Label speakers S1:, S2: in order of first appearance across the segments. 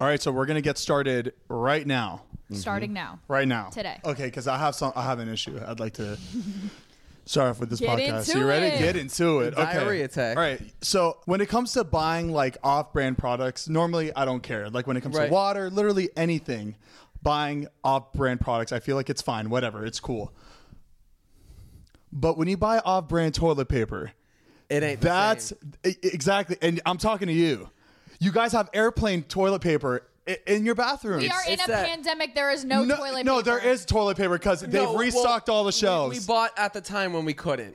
S1: All right, so we're gonna get started right now.
S2: Mm-hmm.
S3: starting now.
S1: Right now.
S3: Today.
S1: Okay, because I have some. I have an issue. I'd like to start off with this
S3: Get
S1: podcast.
S3: into
S1: you ready?
S3: it.
S1: Get into it. Okay.
S2: Diarrhea attack.
S1: All right. So when it comes to buying like off-brand products, normally I don't care. Like when it comes
S2: Right.
S1: to water, literally anything, buying off-brand products, I feel like it's fine. Whatever, it's cool. But when you buy off-brand toilet paper,
S2: It ain't. the
S1: That's
S2: same.
S1: e- exactly, and I'm talking to you. You guys have airplane toilet paper i- in your bathrooms.
S3: We are in
S2: it's
S3: a
S2: that-
S3: pandemic. There is no, toilet
S1: no,
S3: paper.
S1: there is toilet paper because they've
S2: No, well,
S1: restocked all the
S2: we-
S1: shelves.
S2: We, bought at the time when we couldn't,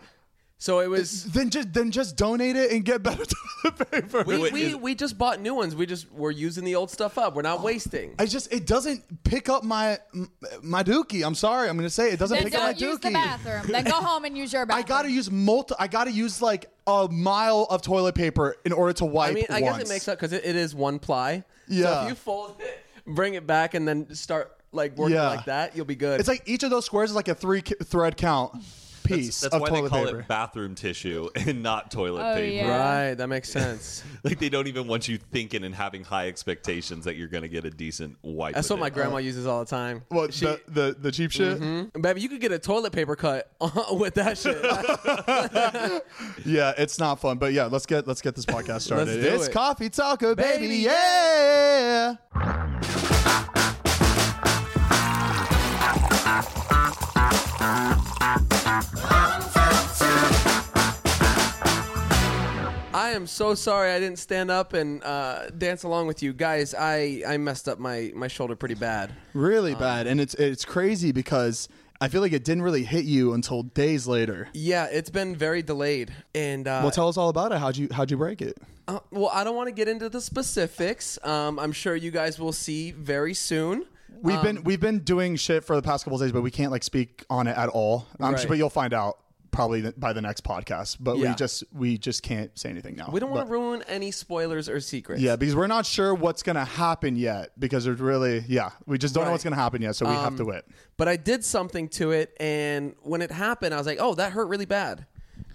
S2: so it was.
S1: then just then just donate it and get better toilet paper.
S2: We, we, we just bought new ones. We just we're using the old stuff up. We're not wasting.
S1: I just it doesn't pick up my m- my dookie. I'm sorry, I'm gonna say it doesn't
S3: Then
S1: pick up my
S3: don't
S1: dookie.
S3: use the bathroom. Then go home and use your
S1: I
S3: bathroom.
S1: gotta use multi. I gotta use like a mile of toilet paper in order to wipe.
S2: I mean, I
S1: once.
S2: guess it makes up because it, it is one ply. So
S1: Yeah.
S2: if you fold it, bring it back, and then start like working
S1: Yeah.
S2: like that, you'll be good.
S1: It's like each of those squares is like a three ki- thread count piece
S4: That's
S1: of
S4: why they
S1: toilet
S4: call
S1: paper.
S4: it bathroom tissue and not toilet
S3: Oh,
S4: paper.
S3: yeah.
S2: right. That makes sense.
S4: Like they don't even want you thinking and having high expectations that you're going to get a decent wipe.
S2: That's what
S4: with
S2: my
S4: it.
S2: grandma uses all the time.
S1: Well, the, the the cheap shit.
S2: Mm-hmm. Baby, you could get a toilet paper cut with that shit.
S1: Yeah, it's not fun, but yeah, let's get let's get this podcast started.
S2: do
S1: it's
S2: it.
S1: coffee taco, baby,
S2: Baby,
S1: yeah.
S2: I am so sorry I didn't stand up and uh, dance along with you guys. I, I messed up my, my shoulder pretty bad.
S1: Really bad, and it's it's crazy because I feel like it didn't really hit you until days later.
S2: Yeah, it's been very delayed, and uh,
S1: Well, tell us all about it. How'd you how'd you break it?
S2: uh, well, I don't want to get into the specifics. Um, I'm sure you guys will see very soon.
S1: We've
S2: Um,
S1: been we've been doing shit for the past couple days, but we can't like speak on it at all. I'm sure,
S2: Right.
S1: but you'll find out probably th- by the next podcast. But we
S2: Yeah.
S1: just we just can't say anything now.
S2: We don't want
S1: But-
S2: to ruin any spoilers or secrets.
S1: Yeah, because we're not sure what's gonna happen yet. Because there's really, yeah, we just don't know
S2: Right. Um,
S1: what's gonna happen yet, so we have to wait.
S2: But I did something to it, and when it happened, I was like, "Oh, that hurt really bad,"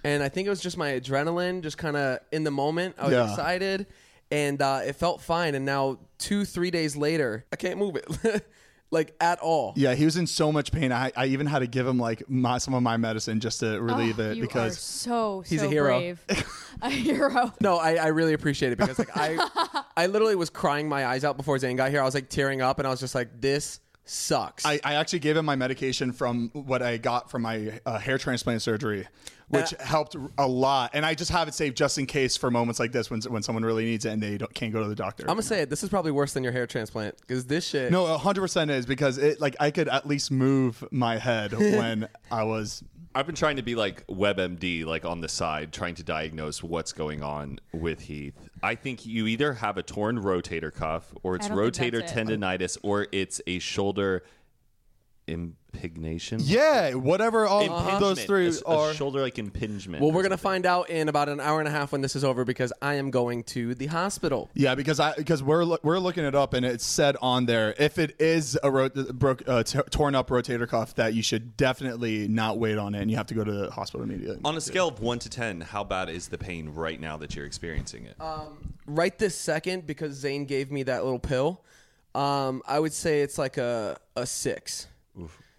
S2: and I think it was just my adrenaline, just kind of in the moment. I was
S1: Yeah.
S2: excited, and uh, it felt fine. And now, two, three days later, I can't move it, like at all.
S1: Yeah, he was in so much pain. I, I even had to give him like my, some of my medicine just to
S3: Oh,
S1: relieve it
S3: you are
S1: because
S3: so
S2: He's a
S3: so
S2: hero.
S3: brave. a hero.
S2: No, I, I really appreciate it because like I, I literally was crying my eyes out before Zane got here. I was like tearing up, and I was just like, "This sucks."
S1: I, I actually gave him my medication from what I got from my uh, hair transplant surgery, which helped a lot. And I just have it saved just in case for moments like this when when someone really needs it and they don't, can't go to the doctor.
S2: I'm gonna say it. This is probably worse than your hair transplant because this shit.
S1: no, hundred percent is because it like I could at least move my head when I was
S4: I've been trying to be like WebMD, like on the side, trying to diagnose what's going on with Heath. I think you either have a torn rotator cuff, or it's
S3: I don't think
S4: rotator
S3: that's it.
S4: tendonitis, or it's a shoulder impignation.
S1: yeah whatever all
S4: Impingement.
S1: those three
S4: A s- a
S1: are
S4: shoulder like impingement.
S2: Well, we're gonna find out in about an hour and a half when this is over because I am going to the hospital.
S1: Yeah, because I because we're loo- we're looking it up and it said on there if it is a ro- broke uh, t- torn up rotator cuff that you should definitely not wait on it and you have to go to the hospital immediately.
S4: on a scale of one to ten. How bad is the pain right now that you're experiencing it?
S2: Right this second, because Zane gave me that little pill, um, I would say it's like a a six.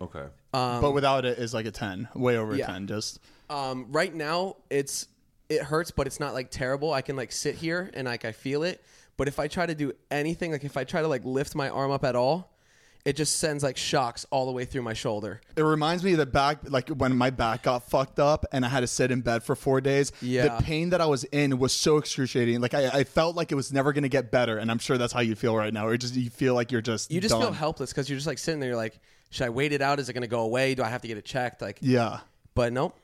S4: okay.
S1: but without it is like a ten, way over
S2: um, Yeah.
S1: a ten. Just
S2: Um, right now, it's it hurts, but it's not like terrible. I can like sit here and like I feel it, But if I try to do anything, like if I try to like lift my arm up at all, it just sends like shocks all the way through my shoulder.
S1: It reminds me of the back, like when my back got fucked up and I had to sit in bed for four days.
S2: Yeah.
S1: The pain that I was in was so excruciating. Like I, I felt like it was never going to get better. And I'm sure that's how you feel right now. Or just you feel like you're just
S2: You just feel
S1: done.
S2: helpless because you're just like sitting there. You're like, should I wait it out? Is it going to go away? Do I have to get it checked? Like,
S1: Yeah.
S2: but nope.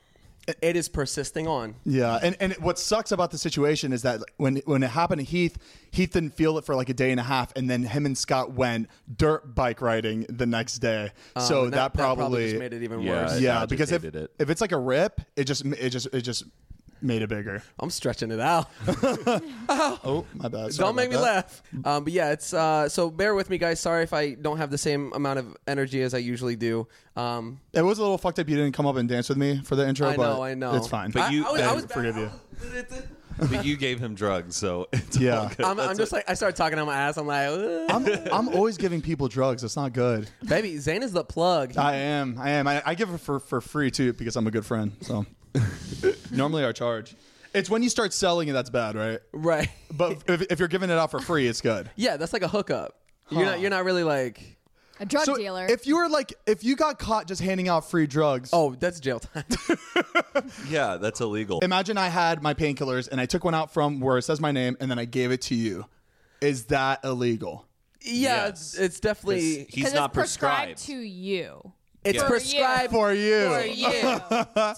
S2: It is persisting on.
S1: Yeah, and and what sucks about the situation is that when when it happened to Heath, Heath didn't feel it for like a day and a half, and then him and Scott went dirt bike riding the next day. so
S2: Um, And
S1: that, probably,
S2: just made it even
S4: Yeah.
S2: worse.
S1: yeah, because if
S4: agitated it.
S1: if it's like a rip, it just it just it just made it bigger.
S2: I'm stretching it out.
S1: Oh my bad. Sorry
S2: don't make me
S1: about that.
S2: laugh. Um, but yeah, it's uh, so bear with me, guys. Sorry if I don't have the same amount of energy as I usually do. Um,
S1: It was a little fucked up. You didn't come up and dance with me for the intro.
S2: I
S1: but
S2: know, I know.
S1: It's fine.
S4: But
S2: I-
S4: you-
S2: I, was-
S4: I
S2: I was
S1: forgive you.
S4: but you gave him drugs, so it's
S1: Yeah.
S4: all good.
S2: I'm, I'm
S4: That's
S2: just
S4: it.
S2: like I started talking on my ass. I'm like, "Ugh."
S1: I'm I'm always giving people drugs. It's not good.
S2: baby, Zane is the plug.
S1: I am. I am. I, I give it for, for free too because I'm a good friend. So normally our charge. It's when you start selling it that's bad, right?
S2: right?
S1: But if, if you're giving it out for free, it's good.
S2: Yeah, that's like a hookup. You're not. You're not really like.
S3: A drug
S1: so
S3: dealer.
S1: if you were like, if you got caught just handing out free drugs,
S2: Oh, that's jail time.
S4: yeah, that's illegal.
S1: imagine I had my painkillers and I took one out from where it says my name and then I gave it to you. Is that illegal?
S2: yeah,
S4: Yes.
S2: it's, it's definitely.
S4: Because
S3: 'Cause
S4: he's not
S3: it's prescribed,
S4: prescribed.
S3: to you.
S2: it's
S4: For
S2: prescribed.
S1: For you.
S3: For you.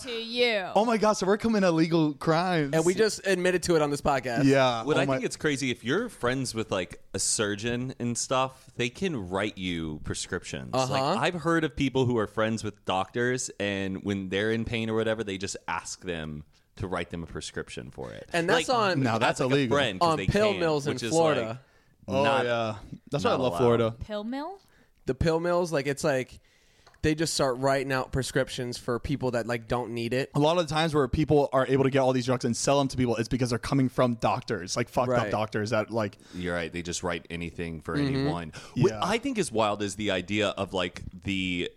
S3: to you.
S1: Oh my God. So we're committing illegal crimes.
S2: And we just admitted to it on this podcast.
S1: yeah.
S4: What
S1: oh
S4: I
S1: my-
S4: think it's crazy if you're friends with like a surgeon and stuff, they can write you prescriptions. Like
S2: Uh-huh.
S4: I've heard of people who are friends with doctors, and when they're in pain or whatever, they just ask them to write them a prescription for it.
S2: And that's
S4: Like,
S2: on
S1: No, that's
S4: like
S1: illegal.
S4: A friend 'cause
S2: On
S4: they
S2: pill
S4: can,
S2: mills in
S4: which is,
S2: Florida.
S4: Like,
S1: Oh,
S4: not,
S1: yeah. That's why I
S4: not
S1: love
S4: allowed.
S1: Florida.
S3: Pill mill?
S2: the pill mills. Like it's like they just start writing out prescriptions for people that like don't need it.
S1: a lot of the times where people are able to get all these drugs and sell them to people it's because they're coming from doctors like fucked up
S2: Right.
S1: doctors that like
S4: You're right. They just write anything for
S2: Mm-hmm.
S4: anyone. What
S1: Yeah.
S4: I think is wild is the idea of like the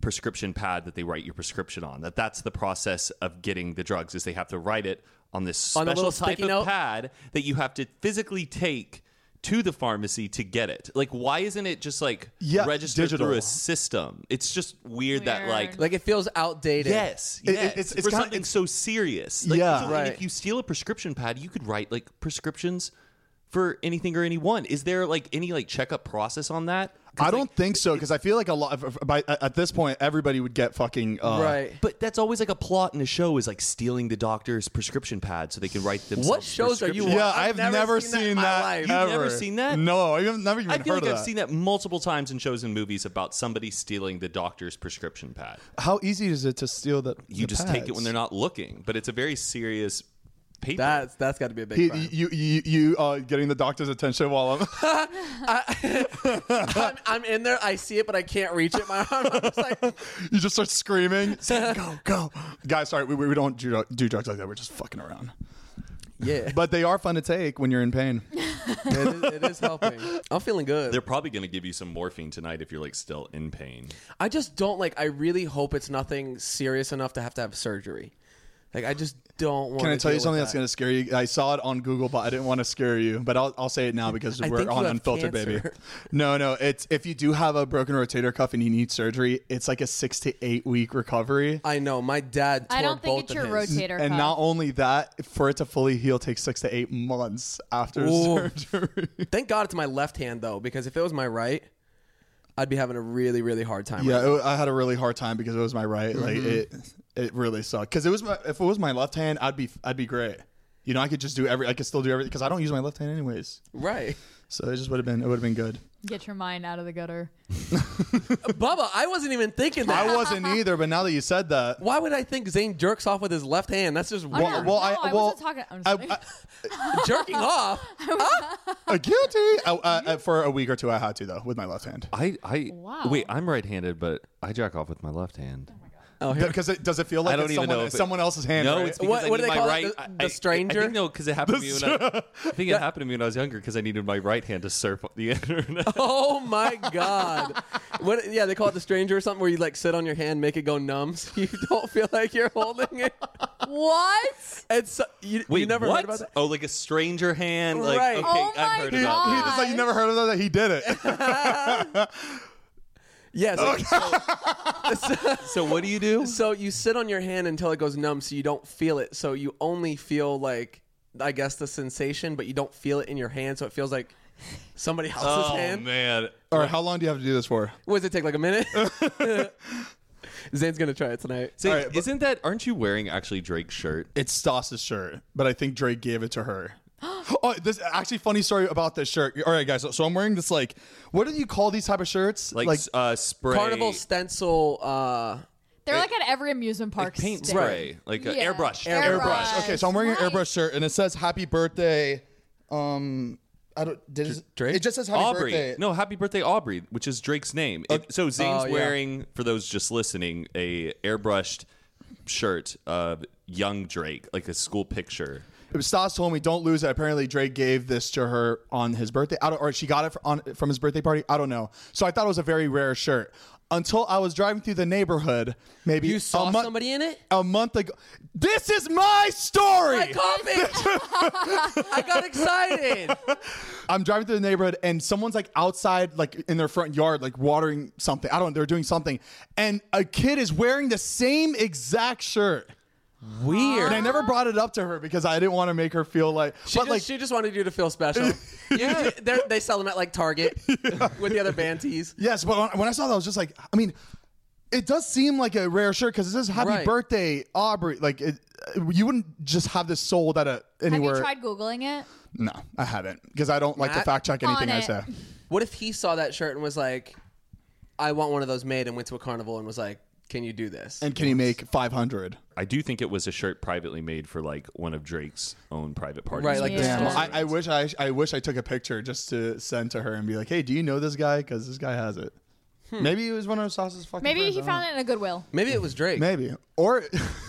S4: prescription pad that they write your prescription on. That that's the process of getting the drugs is they have to write it on this
S2: On a
S4: special
S2: little
S4: type
S2: sticky
S4: of
S2: note?
S4: pad that you have to physically take to the pharmacy to get it. Like why isn't it just like
S1: Yeah,
S4: registered through
S1: digital.
S4: a system? It's just weird, that like
S3: Weird.
S2: Like it feels outdated.
S4: Yes,
S1: It- it-
S4: yes.
S1: it's-
S4: It's,
S1: it's
S4: for
S1: kinda-
S4: something
S1: it's-
S4: so serious. Like,
S1: Yeah.
S4: so, and
S2: Right.
S4: If you steal a prescription pad, you could write like prescriptions for anything or anyone. Is there like any like checkup process on that? 'Cause,
S1: i don't
S4: like,
S1: think so because i feel like a lot of, by, at this point everybody would get fucking uh,
S2: Right.
S4: but that's always like a plot in a show is like stealing the doctor's prescription pad so they can write themselves.
S2: What shows are you?
S4: prescriptions.
S1: yeah
S2: on?
S1: i've, never, seen,
S2: in my
S1: that,
S2: life.
S4: You've never
S1: ever.
S4: seen that?
S1: no i've never even
S4: I feel
S1: heard
S4: like
S1: of
S4: I've
S1: that.
S4: seen that multiple times in shows and movies about somebody stealing the doctor's prescription pad.
S1: how easy is it to steal that
S4: You just take it when they're not looking, but it's a very serious paper.
S2: That's that's got to be a big.
S1: he,
S2: crime.
S1: you you you uh, getting the doctor's attention while I'm
S2: I'm, I'm in there. I see it, but I can't reach it. My arm. I'm just like,
S1: you just start screaming Say, go go guys sorry we, we we don't do do drugs like that we're just fucking around
S2: yeah.
S1: but they are fun to take when you're in pain
S2: It is, it is helping. I'm feeling good.
S4: They're probably going to give you some morphine tonight if you're like still in pain.
S2: I just don't like. I really hope it's nothing serious enough to have to have surgery. Like I just don't want.
S1: Can I tell you something that's going to scare you? I saw it on Google, but I didn't want to scare you. But I'll, I'll say it now because
S2: I
S1: we're
S2: think you
S1: on
S2: have
S1: unfiltered, baby.
S2: cancer.
S1: No, no. It's if you do have a broken rotator cuff and you need surgery, it's like a six to eight week recovery.
S2: I know. My dad. Tore
S3: I don't think
S2: both
S3: it's
S2: of
S3: your
S2: his.
S3: rotator
S1: and
S3: cuff.
S1: not only that, for it to fully heal takes six to eight months after
S2: Ooh.
S1: surgery.
S2: Thank God it's my left hand though, because if it was my right, I'd be having a really really hard time. right
S1: Yeah, it, wa- I had a really hard time because it was my right. Like
S2: Mm-hmm.
S1: it, it really sucked. Because it was my if it was my left hand, I'd be I'd be great. You know, I could just do every. I could still do everything because I don't use my left hand anyways.
S2: Right.
S1: So it just would have been it would have been good.
S3: Get your mind out of the gutter.
S2: Bubba, I wasn't even thinking that.
S1: I wasn't either, but now that you said that,
S2: Why would I think Zayn jerks off with his left hand? That's just
S3: I'm
S2: weird.
S3: not-
S1: well,
S3: no,
S1: I-
S3: I
S1: well,
S3: wasn't talking. I'm
S1: I,
S3: just kidding.
S1: I,
S2: jerking off.
S1: uh, guilty I, I, I- for a week or two. I had to though with my left hand.
S4: I, I
S3: Wow.
S4: wait. I'm right-handed, but I jack off with my left hand.
S2: Oh, here-
S1: Because it does it feel like
S4: I don't
S1: it's
S4: even
S1: someone,
S4: know if
S1: it's
S4: it-
S1: someone else's hand.
S4: No,
S1: right?
S4: it's
S2: What-
S4: because
S2: what do
S4: I
S2: they
S4: need
S2: call
S4: my
S2: it?
S4: right.
S2: The-
S4: I-
S2: the
S4: I- I,
S2: stranger?
S4: think no, because it happened to me. When I, I think it happened to me when I was younger because I needed my right hand to surf the internet.
S2: Oh my god! What? Yeah, they call it the stranger or something, where you like sit on your hand, make it go numb, so you don't feel like you're holding it.
S3: What?
S2: It's so- you,
S4: Wait,
S2: you never
S4: what?
S2: heard about that?
S4: Oh, like a stranger hand. Like,
S2: Right.
S4: okay,
S3: Oh my
S4: I've heard
S1: he,
S4: about
S3: God.
S1: he just like you never heard of that. He did it.
S2: Yes.
S4: that. So what do you do?
S2: So you sit on your hand until it goes numb, so you don't feel it. So you only feel like, I guess, the sensation, but you don't feel it in your hand. So it feels like somebody else's
S4: Oh
S2: hand.
S4: man,
S1: All right, how long do you have to do this for?
S2: What does it take? Like a minute? Zane's gonna try it tonight.
S4: So
S1: All right, but-
S4: isn't that? Aren't you wearing actually Drake's shirt?
S1: It's Stoss's shirt, but I think Drake gave it to her. oh, this actually funny story about this shirt. All right, guys. So, so I'm wearing this like, what do you call these type of shirts?
S4: Like, s- uh, spray,
S2: Carnival stencil. Uh,
S3: They're like at every amusement park.
S4: like paint
S3: stand.
S4: spray, like uh,
S3: Yeah.
S4: airbrush.
S3: Airbrush.
S1: airbrush. Okay, so I'm wearing an
S3: Nice.
S1: airbrush shirt, and it says "Happy Birthday." Um, I don't. Did it,
S2: Drake?
S1: it just says "Happy
S4: Aubrey.
S1: Birthday."
S4: No, happy birthday, Aubrey, which is Drake's name. It- so Zane's
S2: Oh, yeah.
S4: wearing, for those just listening, a airbrushed shirt of young Drake, like a school picture.
S1: Stas told me don't lose it. Apparently, Drake gave this to her on his birthday. I don't, or she got it fr- on, from his birthday party. I don't know. So I thought it was a very rare shirt until I was driving through the neighborhood. Maybe
S2: you saw
S1: a month,
S2: somebody in it?
S1: a month ago. This is my story.
S2: I caught it. I got excited.
S1: I'm driving through the neighborhood and someone's like outside, like in their front yard, like watering something. I don't. They're doing something, and a kid is wearing the same exact shirt. Weird. And I never brought it up to her because I didn't want to make her feel like.
S2: She,
S1: but
S2: just,
S1: like,
S2: she just wanted you to feel special. yeah, they're- they sell them at like Target with the other band tees.
S1: yes, but when- when I saw that, I was just like, I mean, it does seem like a rare shirt because it says "Happy
S2: Right.
S1: Birthday, Aubrey." Like, it, you wouldn't just have this sold at a
S3: Have
S1: anywhere.
S3: you tried googling it?
S1: no, I haven't because I don't like to
S2: Matt?
S1: fact check anything
S3: On
S1: I
S3: it.
S1: say.
S2: What if he saw that shirt and was like, "I want one of those made," and went to a carnival and was like, "Can you do this?"
S1: And can you make five hundred?
S4: I do think it was a shirt privately made for like one of Drake's own private parties.
S2: Right, like the
S3: Yeah.
S2: store.
S1: I, I wish I, I wish I took a picture just to send to her and be like, hey, do you know this guy? Because this guy has it.
S2: Hmm.
S1: Maybe it was one of Sauce's fucking.
S3: Maybe
S1: friends,
S3: he
S1: I
S3: found it in a Goodwill.
S2: Maybe it was Drake.
S1: don't know. Maybe, or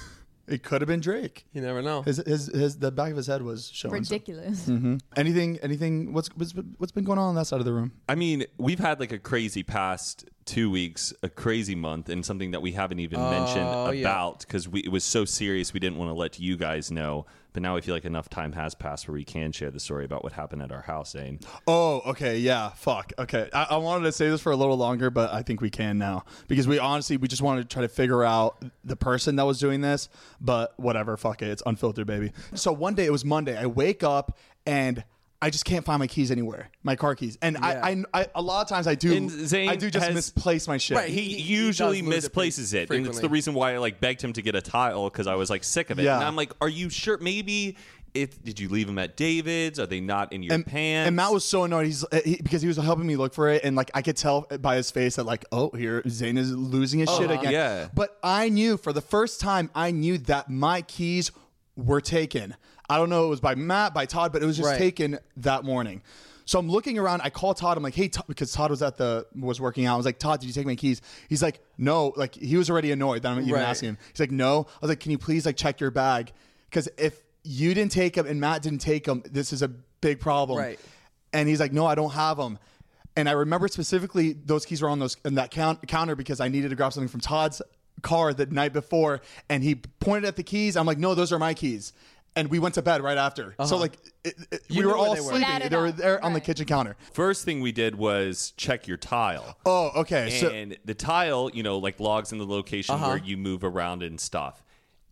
S1: it could have been Drake.
S2: You never know.
S1: His, his his the back of his head was showing. some-
S3: Ridiculous.
S2: Hmm.
S1: Anything anything? What's what's what's been going on on that side of the room?
S4: I mean, we've had like a crazy past two weeks, a crazy month, and something that we haven't even mentioned
S2: Oh, yeah.
S4: about because we it was so serious we didn't want to let you guys know. But now I feel like enough time has passed where we can share the story about what happened at our house, Zane.
S1: Oh, okay, yeah, fuck. Okay, I, I wanted to say this for a little longer, but I think we can now because we honestly we just wanted to try to figure out the person that was doing this. But whatever, fuck it, it's unfiltered, baby. So one day it was Monday. I wake up and I just can't find my keys anywhere, my car keys, and I
S2: Yeah.
S1: I, I a lot of times I do
S4: And Zane
S1: I do just
S4: has-
S1: misplace my shit.
S2: Right,
S4: he,
S2: He- he
S4: usually
S2: does lose it pretty
S4: misplaces it, and it's the
S2: frequently.
S4: reason why I like begged him to get a tile because I was like sick of it.
S1: Yeah.
S4: And I'm like, "Are you sure? Maybe if did you leave them at David's? Are they not in your
S1: and,
S4: pants?"
S1: and Matt was so annoyed. He's eh, he, because he was helping me look for it, and like I could tell by his face that like, oh, here Zane is losing
S2: Oh,
S1: his shit again.
S4: yeah.
S1: But I knew for the first time, I knew that my keys were taken. I don't know, it was by Matt, by Todd, but it was just
S2: Right.
S1: taken that morning. So I'm looking around. I call Todd. I'm like, "Hey, Todd, because Todd was at the was working out. I was like, "Todd, did you take my keys?" He's like, "No." Like he was already annoyed that I'm even
S2: Right.
S1: asking him. He's like, "No." I was like, "Can you please like check your bag?" Because if you didn't take them and Matt didn't take them, this is a big problem.
S2: Right.
S1: And he's like, no, I don't have them. And I remember specifically those keys were on those in that count, counter because I needed to grab something from Todd's car the night before, and he pointed at the keys. I'm like, no, those are my keys. And we went to bed right after. So like, it, it- we
S2: Uh-huh. knew
S1: were
S2: where
S1: all
S2: they were.
S1: sleeping.
S3: Added
S1: They were
S3: up.
S1: there on the
S3: Right.
S1: kitchen counter.
S4: First thing we did was check your tile.
S1: Oh, okay. so Uh-huh.
S4: and the tile, you know, like logs in the location where you move around and stuff.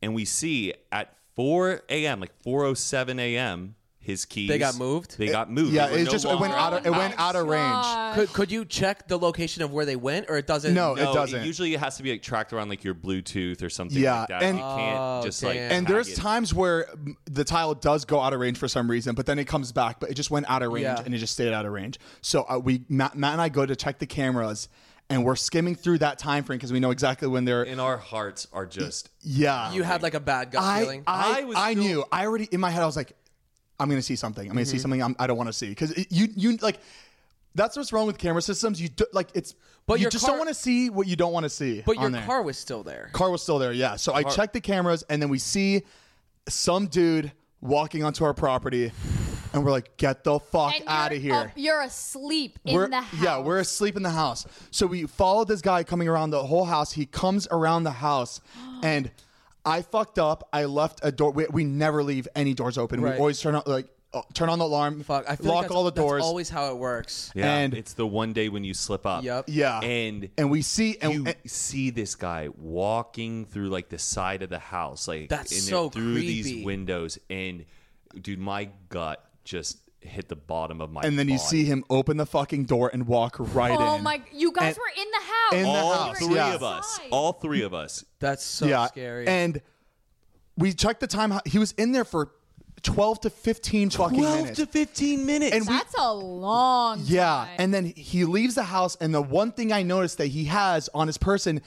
S4: And we see at 4 a.m., like 4:07 a.m., his keys.
S2: They got moved?
S4: They got moved.
S1: yeah,
S4: They were
S1: it
S4: no
S1: just it went
S4: longer
S1: out of it
S4: on
S1: went
S4: the
S1: out of range.
S3: God.
S2: Could could you check the location of where they went, or it doesn't?
S1: No,
S4: No,
S1: it doesn't.
S4: usually it has to be like tracked around like your Bluetooth or something
S1: Yeah,
S4: like that.
S1: and-
S4: you can't
S2: Oh,
S4: just like
S2: damn.
S1: And
S4: tag
S1: there's
S4: it.
S1: times where mm, the tile does go out of range for some reason, but then it comes back, but it just went out of range
S2: Yeah.
S1: and it just stayed out of range. So uh, we Matt, Matt and I go to check the cameras, and we're skimming through that time frame because we know exactly when they're.
S4: and our hearts are just
S1: yeah,
S2: You had like a bad gut
S1: I
S2: feeling.
S1: I,
S4: I was
S1: I
S4: still-
S1: knew I
S2: Mm-hmm.
S1: already in my head I was like, I'm gonna see something. I'm gonna see something. I'm, I don't want to see because you you like That's what's wrong with camera systems. You do, like it's,
S2: But
S1: but you
S2: your
S1: just
S2: car-
S1: don't want to see what you don't want to see.
S2: But your
S1: on there.
S2: car was still there.
S1: car was still there. Yeah. So I checked the cameras, and then we see some dude walking onto our property, and we're like, "Get the fuck
S3: And you're
S1: out of here!"
S3: up- you're asleep in
S1: we're,
S3: the house.
S1: Yeah, we're asleep in the house. So we followed this guy coming around the whole house. He comes around the house and I fucked up. I left a door. We, we never leave any doors open. We
S2: Right.
S1: always turn on like uh, turn on the alarm,
S2: Fuck, I feel like
S1: lock
S2: that's-
S1: all the
S2: that's
S1: doors.
S2: always how it works.
S4: Yeah,
S1: And-
S4: it's the one day when you slip up.
S2: Yep.
S1: yeah.
S4: And
S1: and we see and,
S4: you
S1: and-
S4: see this guy walking through like the side of the house, like
S2: That's
S4: in it-
S2: so
S4: through
S2: creepy.
S4: these windows, and dude, my gut just hit the bottom of my.
S1: and then you
S4: body.
S1: see him open the fucking door and walk right in.
S3: Oh my! You guys
S1: And-
S3: were in the house.
S1: in the
S4: all
S1: house,
S4: three
S1: yeah.
S4: of us,
S3: Outside.
S4: all three of us.
S2: That's so
S1: yeah.
S2: scary.
S1: And we checked the time. He was in there for 12 to 15 fucking
S4: Twelve
S1: minutes.
S4: to fifteen minutes.
S1: And we-
S3: That's a long.
S1: Yeah,
S3: time.
S1: and then he leaves the house, and the one thing I noticed that he has on his person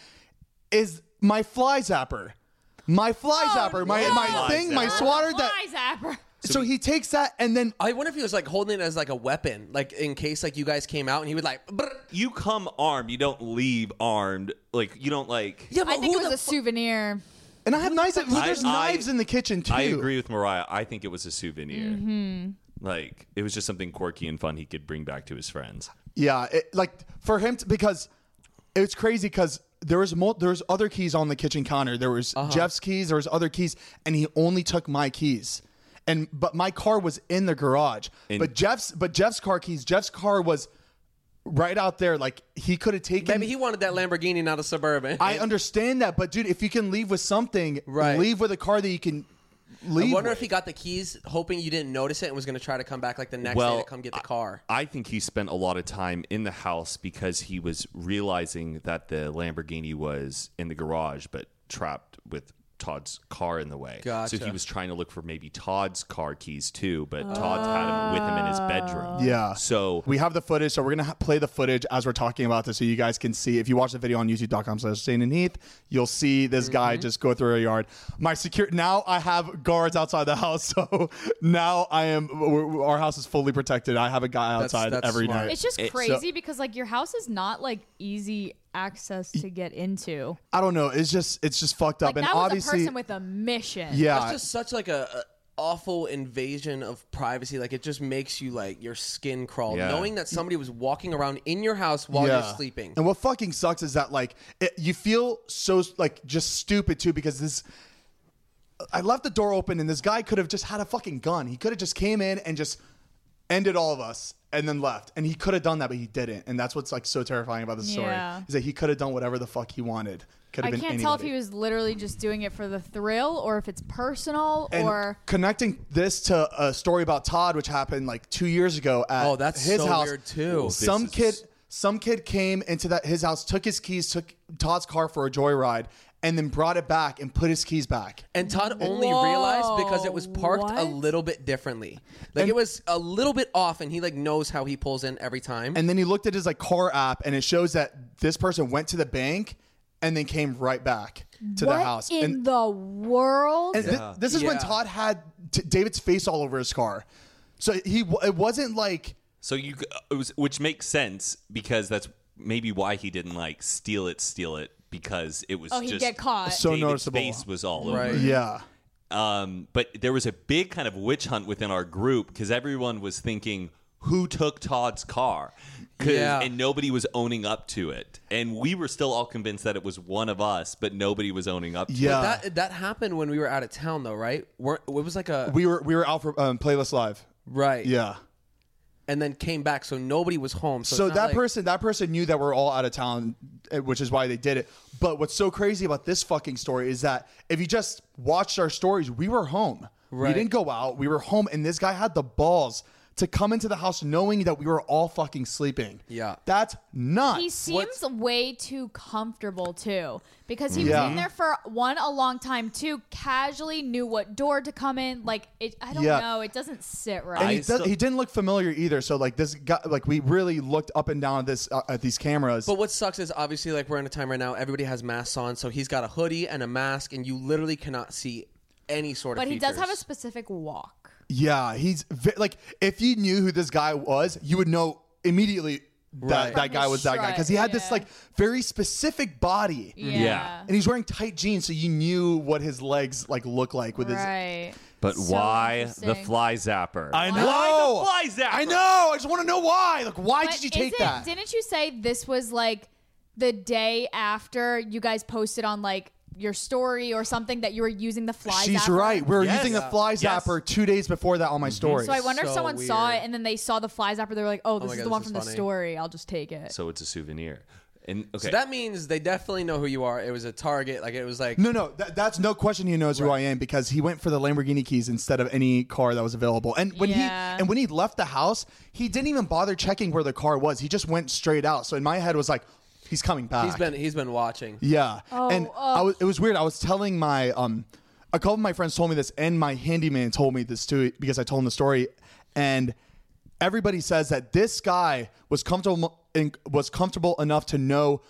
S1: is my fly zapper, my fly zapper, my
S3: Oh, no.
S1: my
S4: Oh, Fly
S1: thing, my
S4: zapper.
S1: swatter. That
S3: Fly zapper.
S1: so he takes that, and then
S2: I wonder if he was like holding it as like a weapon, like in case like you guys came out and he would like. brr.
S4: you come armed, you don't leave armed. Like you don't like.
S2: Yeah, but
S3: I think
S2: who
S3: it was
S2: the
S3: a souvenir.
S1: and I have knives. Well,
S4: I-
S1: there's
S4: I-
S1: knives in the kitchen too. Mm-hmm.
S4: I agree with Mariah. I think it was a souvenir. Like it was just something quirky and fun he could bring back to his friends.
S1: Yeah, it, like for him to, because it's crazy because there was mul- there was other keys on the kitchen counter. There was
S2: Uh-huh.
S1: Jeff's keys. There was other keys, and he only took my keys. And but my car was in the garage. but Jeff's but Jeff's car keys. Jeff's car was right out there. Like he could have taken.
S2: Maybe he wanted that Lamborghini, not a Suburban.
S1: I understand that, but dude, if you can leave with something,
S2: Right.
S1: leave with a car that you can leave.
S2: I wonder
S1: with.
S2: if he got the keys, hoping you didn't notice it, and was going to try to come back like the next day
S4: Well,
S2: to come get the car.
S4: I think he spent a lot of time in the house because he was realizing that the Lamborghini was in the garage, but trapped with Todd's car in the way. So
S2: Gotcha.
S4: he was trying to look for maybe Todd's car keys too, but Todd's had him with him in his bedroom.
S1: Yeah.
S4: So
S1: We have the footage, so we're gonna ha- play the footage as we're talking about this, so you guys can see. If you watch the video on YouTube.com/slash Shane and Heath, you'll see this guy
S3: Mm-hmm.
S1: just go through a yard. My secure now, I have guards outside the house, so now I am. we're- we're- Our house is fully protected. I have a guy
S2: That's-
S1: outside
S2: that's
S1: every
S2: smart.
S1: night.
S5: It's just
S4: It- so-
S5: crazy because like your house is not like easy access to get into.
S1: I don't know. It's just it's just fucked up,
S3: Like,
S1: and
S3: that was a
S1: obviously,
S3: person with a mission.
S1: yeah,
S2: That's just such like a, a awful invasion of privacy. Like it just makes you like your skin crawl,
S4: Yeah.
S2: knowing that somebody was walking around in your house while you're sleeping.
S1: And what fucking sucks is that like it, you feel so like just stupid too because this. I left the door open and this guy could have just had a fucking gun. He could have just came in and just ended all of us and then left. And he could have done that, but he didn't. And that's what's like so terrifying about the story
S5: Yeah.
S1: is that he could have done whatever the fuck he wanted. Could
S3: I
S1: have
S3: can't
S1: been
S3: tell if
S1: anybody.
S3: he was literally just doing it for the thrill or if it's personal
S1: And
S3: or
S1: connecting this to a story about Todd, which happened like two years ago at
S2: Oh, that's
S1: his
S2: so
S1: house.
S2: weird, too. This
S1: Some
S4: is-
S1: kid, some kid came into that his house, took his keys, took Todd's car for a joyride, and then brought it back and put his keys back.
S2: And Todd only
S3: Whoa,
S2: realized because it was parked a
S3: what?
S2: little bit differently. Like it was a little bit off, and he like knows how he pulls in every time.
S1: And then he looked at his like car app, and it shows that this person went to the bank and then came right back to
S3: what
S1: the house.
S3: in
S1: and
S3: the world?
S1: and thi- this is when
S2: Yeah.
S1: Todd had t- David's face all over his car. So he w- it wasn't like.
S4: so you it was, which makes sense because that's maybe why he didn't like steal it, steal it because it was
S3: Oh, he'd
S4: just
S3: get caught.
S1: So
S4: David's
S1: noticeable.
S4: face was all over.
S2: Right.
S4: it.
S1: Yeah.
S4: Um, but there was a big kind of witch hunt within our group because everyone was thinking who took Todd's car, 'Cause-
S2: Yeah.
S4: and nobody was owning up to it, and we were still all convinced that it was one of us, but nobody was owning up. to
S1: Yeah.
S2: But that that happened when we were out of town, though, right? We're, it was like a
S1: We were we were out for um, playlist live.
S2: right,
S1: Yeah.
S2: and then came back, so nobody was home. So,
S1: So
S2: it's not
S1: that
S2: like-
S1: person that person knew that we're all out of town, eh, which is why they did it. But what's so crazy about this fucking story is that if you just watched our stories, we were home. We
S2: Right.
S1: didn't go out. We were home, and this guy had the balls to come into the house knowing that we were all fucking sleeping.
S2: Yeah.
S1: that's nuts.
S3: he seems way too comfortable too because he
S1: Yeah.
S3: was in there for one a long time too casually knew what door to come in like it, i don't
S1: Yeah.
S3: know it doesn't sit right
S1: and he,
S4: I
S1: does,
S4: still-
S1: he didn't look familiar either. So like this guy, like we really looked up and down at this uh, at these cameras.
S2: But what sucks is obviously like we're in a time right now. Everybody has masks on, so he's got a hoodie and a mask, and you literally cannot see any sort of.
S3: but he does have a
S2: features.
S3: specific walk
S1: Yeah, he's ve- like if you knew who this guy was, you would know immediately that,
S2: Right.
S1: that
S3: From
S1: guy
S3: his
S1: was that guy
S3: strut,
S1: because he had this
S3: yeah.
S1: like very specific body.
S3: Yeah.
S4: Yeah.
S1: And he's wearing tight jeans, so you knew what his legs like look like with his
S3: Right.
S4: But
S3: So
S4: why the
S3: interesting.
S4: fly zapper?
S1: I
S4: Why
S1: know.
S4: the fly zapper?
S1: I know. I just want to know why. Like, why
S3: But
S1: did you
S3: is
S1: take
S3: it-
S1: that?
S3: Didn't you say this was like the day after you guys posted on like your story or something that you were using the fly?
S1: She's
S3: zapper?
S1: right. We were
S4: Yes.
S1: using the fly
S4: Yes. Mm-hmm.
S1: zapper two days before that on my story.
S3: So I wonder if
S2: So
S3: someone saw it
S2: weird.
S3: and then they saw the fly zapper. They were like, "Oh, this
S2: my
S3: is
S2: God,
S3: the one
S2: this
S3: from
S2: is
S3: the
S2: funny.
S3: story. I'll just take it."
S4: So it's a souvenir. And okay,
S2: So that means they definitely know who you are. It was a target. Like it was like
S1: no, no, that, that's no question. He knows who I am because he went for the Lamborghini keys instead of any car that was available. And when
S3: Yeah.
S1: he and when he left the house, he didn't even bother checking where the car was. He just went straight out. So in my head was like, he's coming back.
S2: he's been he's been watching.
S1: Yeah. and
S3: oh.
S1: I was, it was weird. I was telling my um a couple of my friends told me this and my handyman told me this too because I told him the story and everybody says that this guy was comfortable in, was comfortable enough to know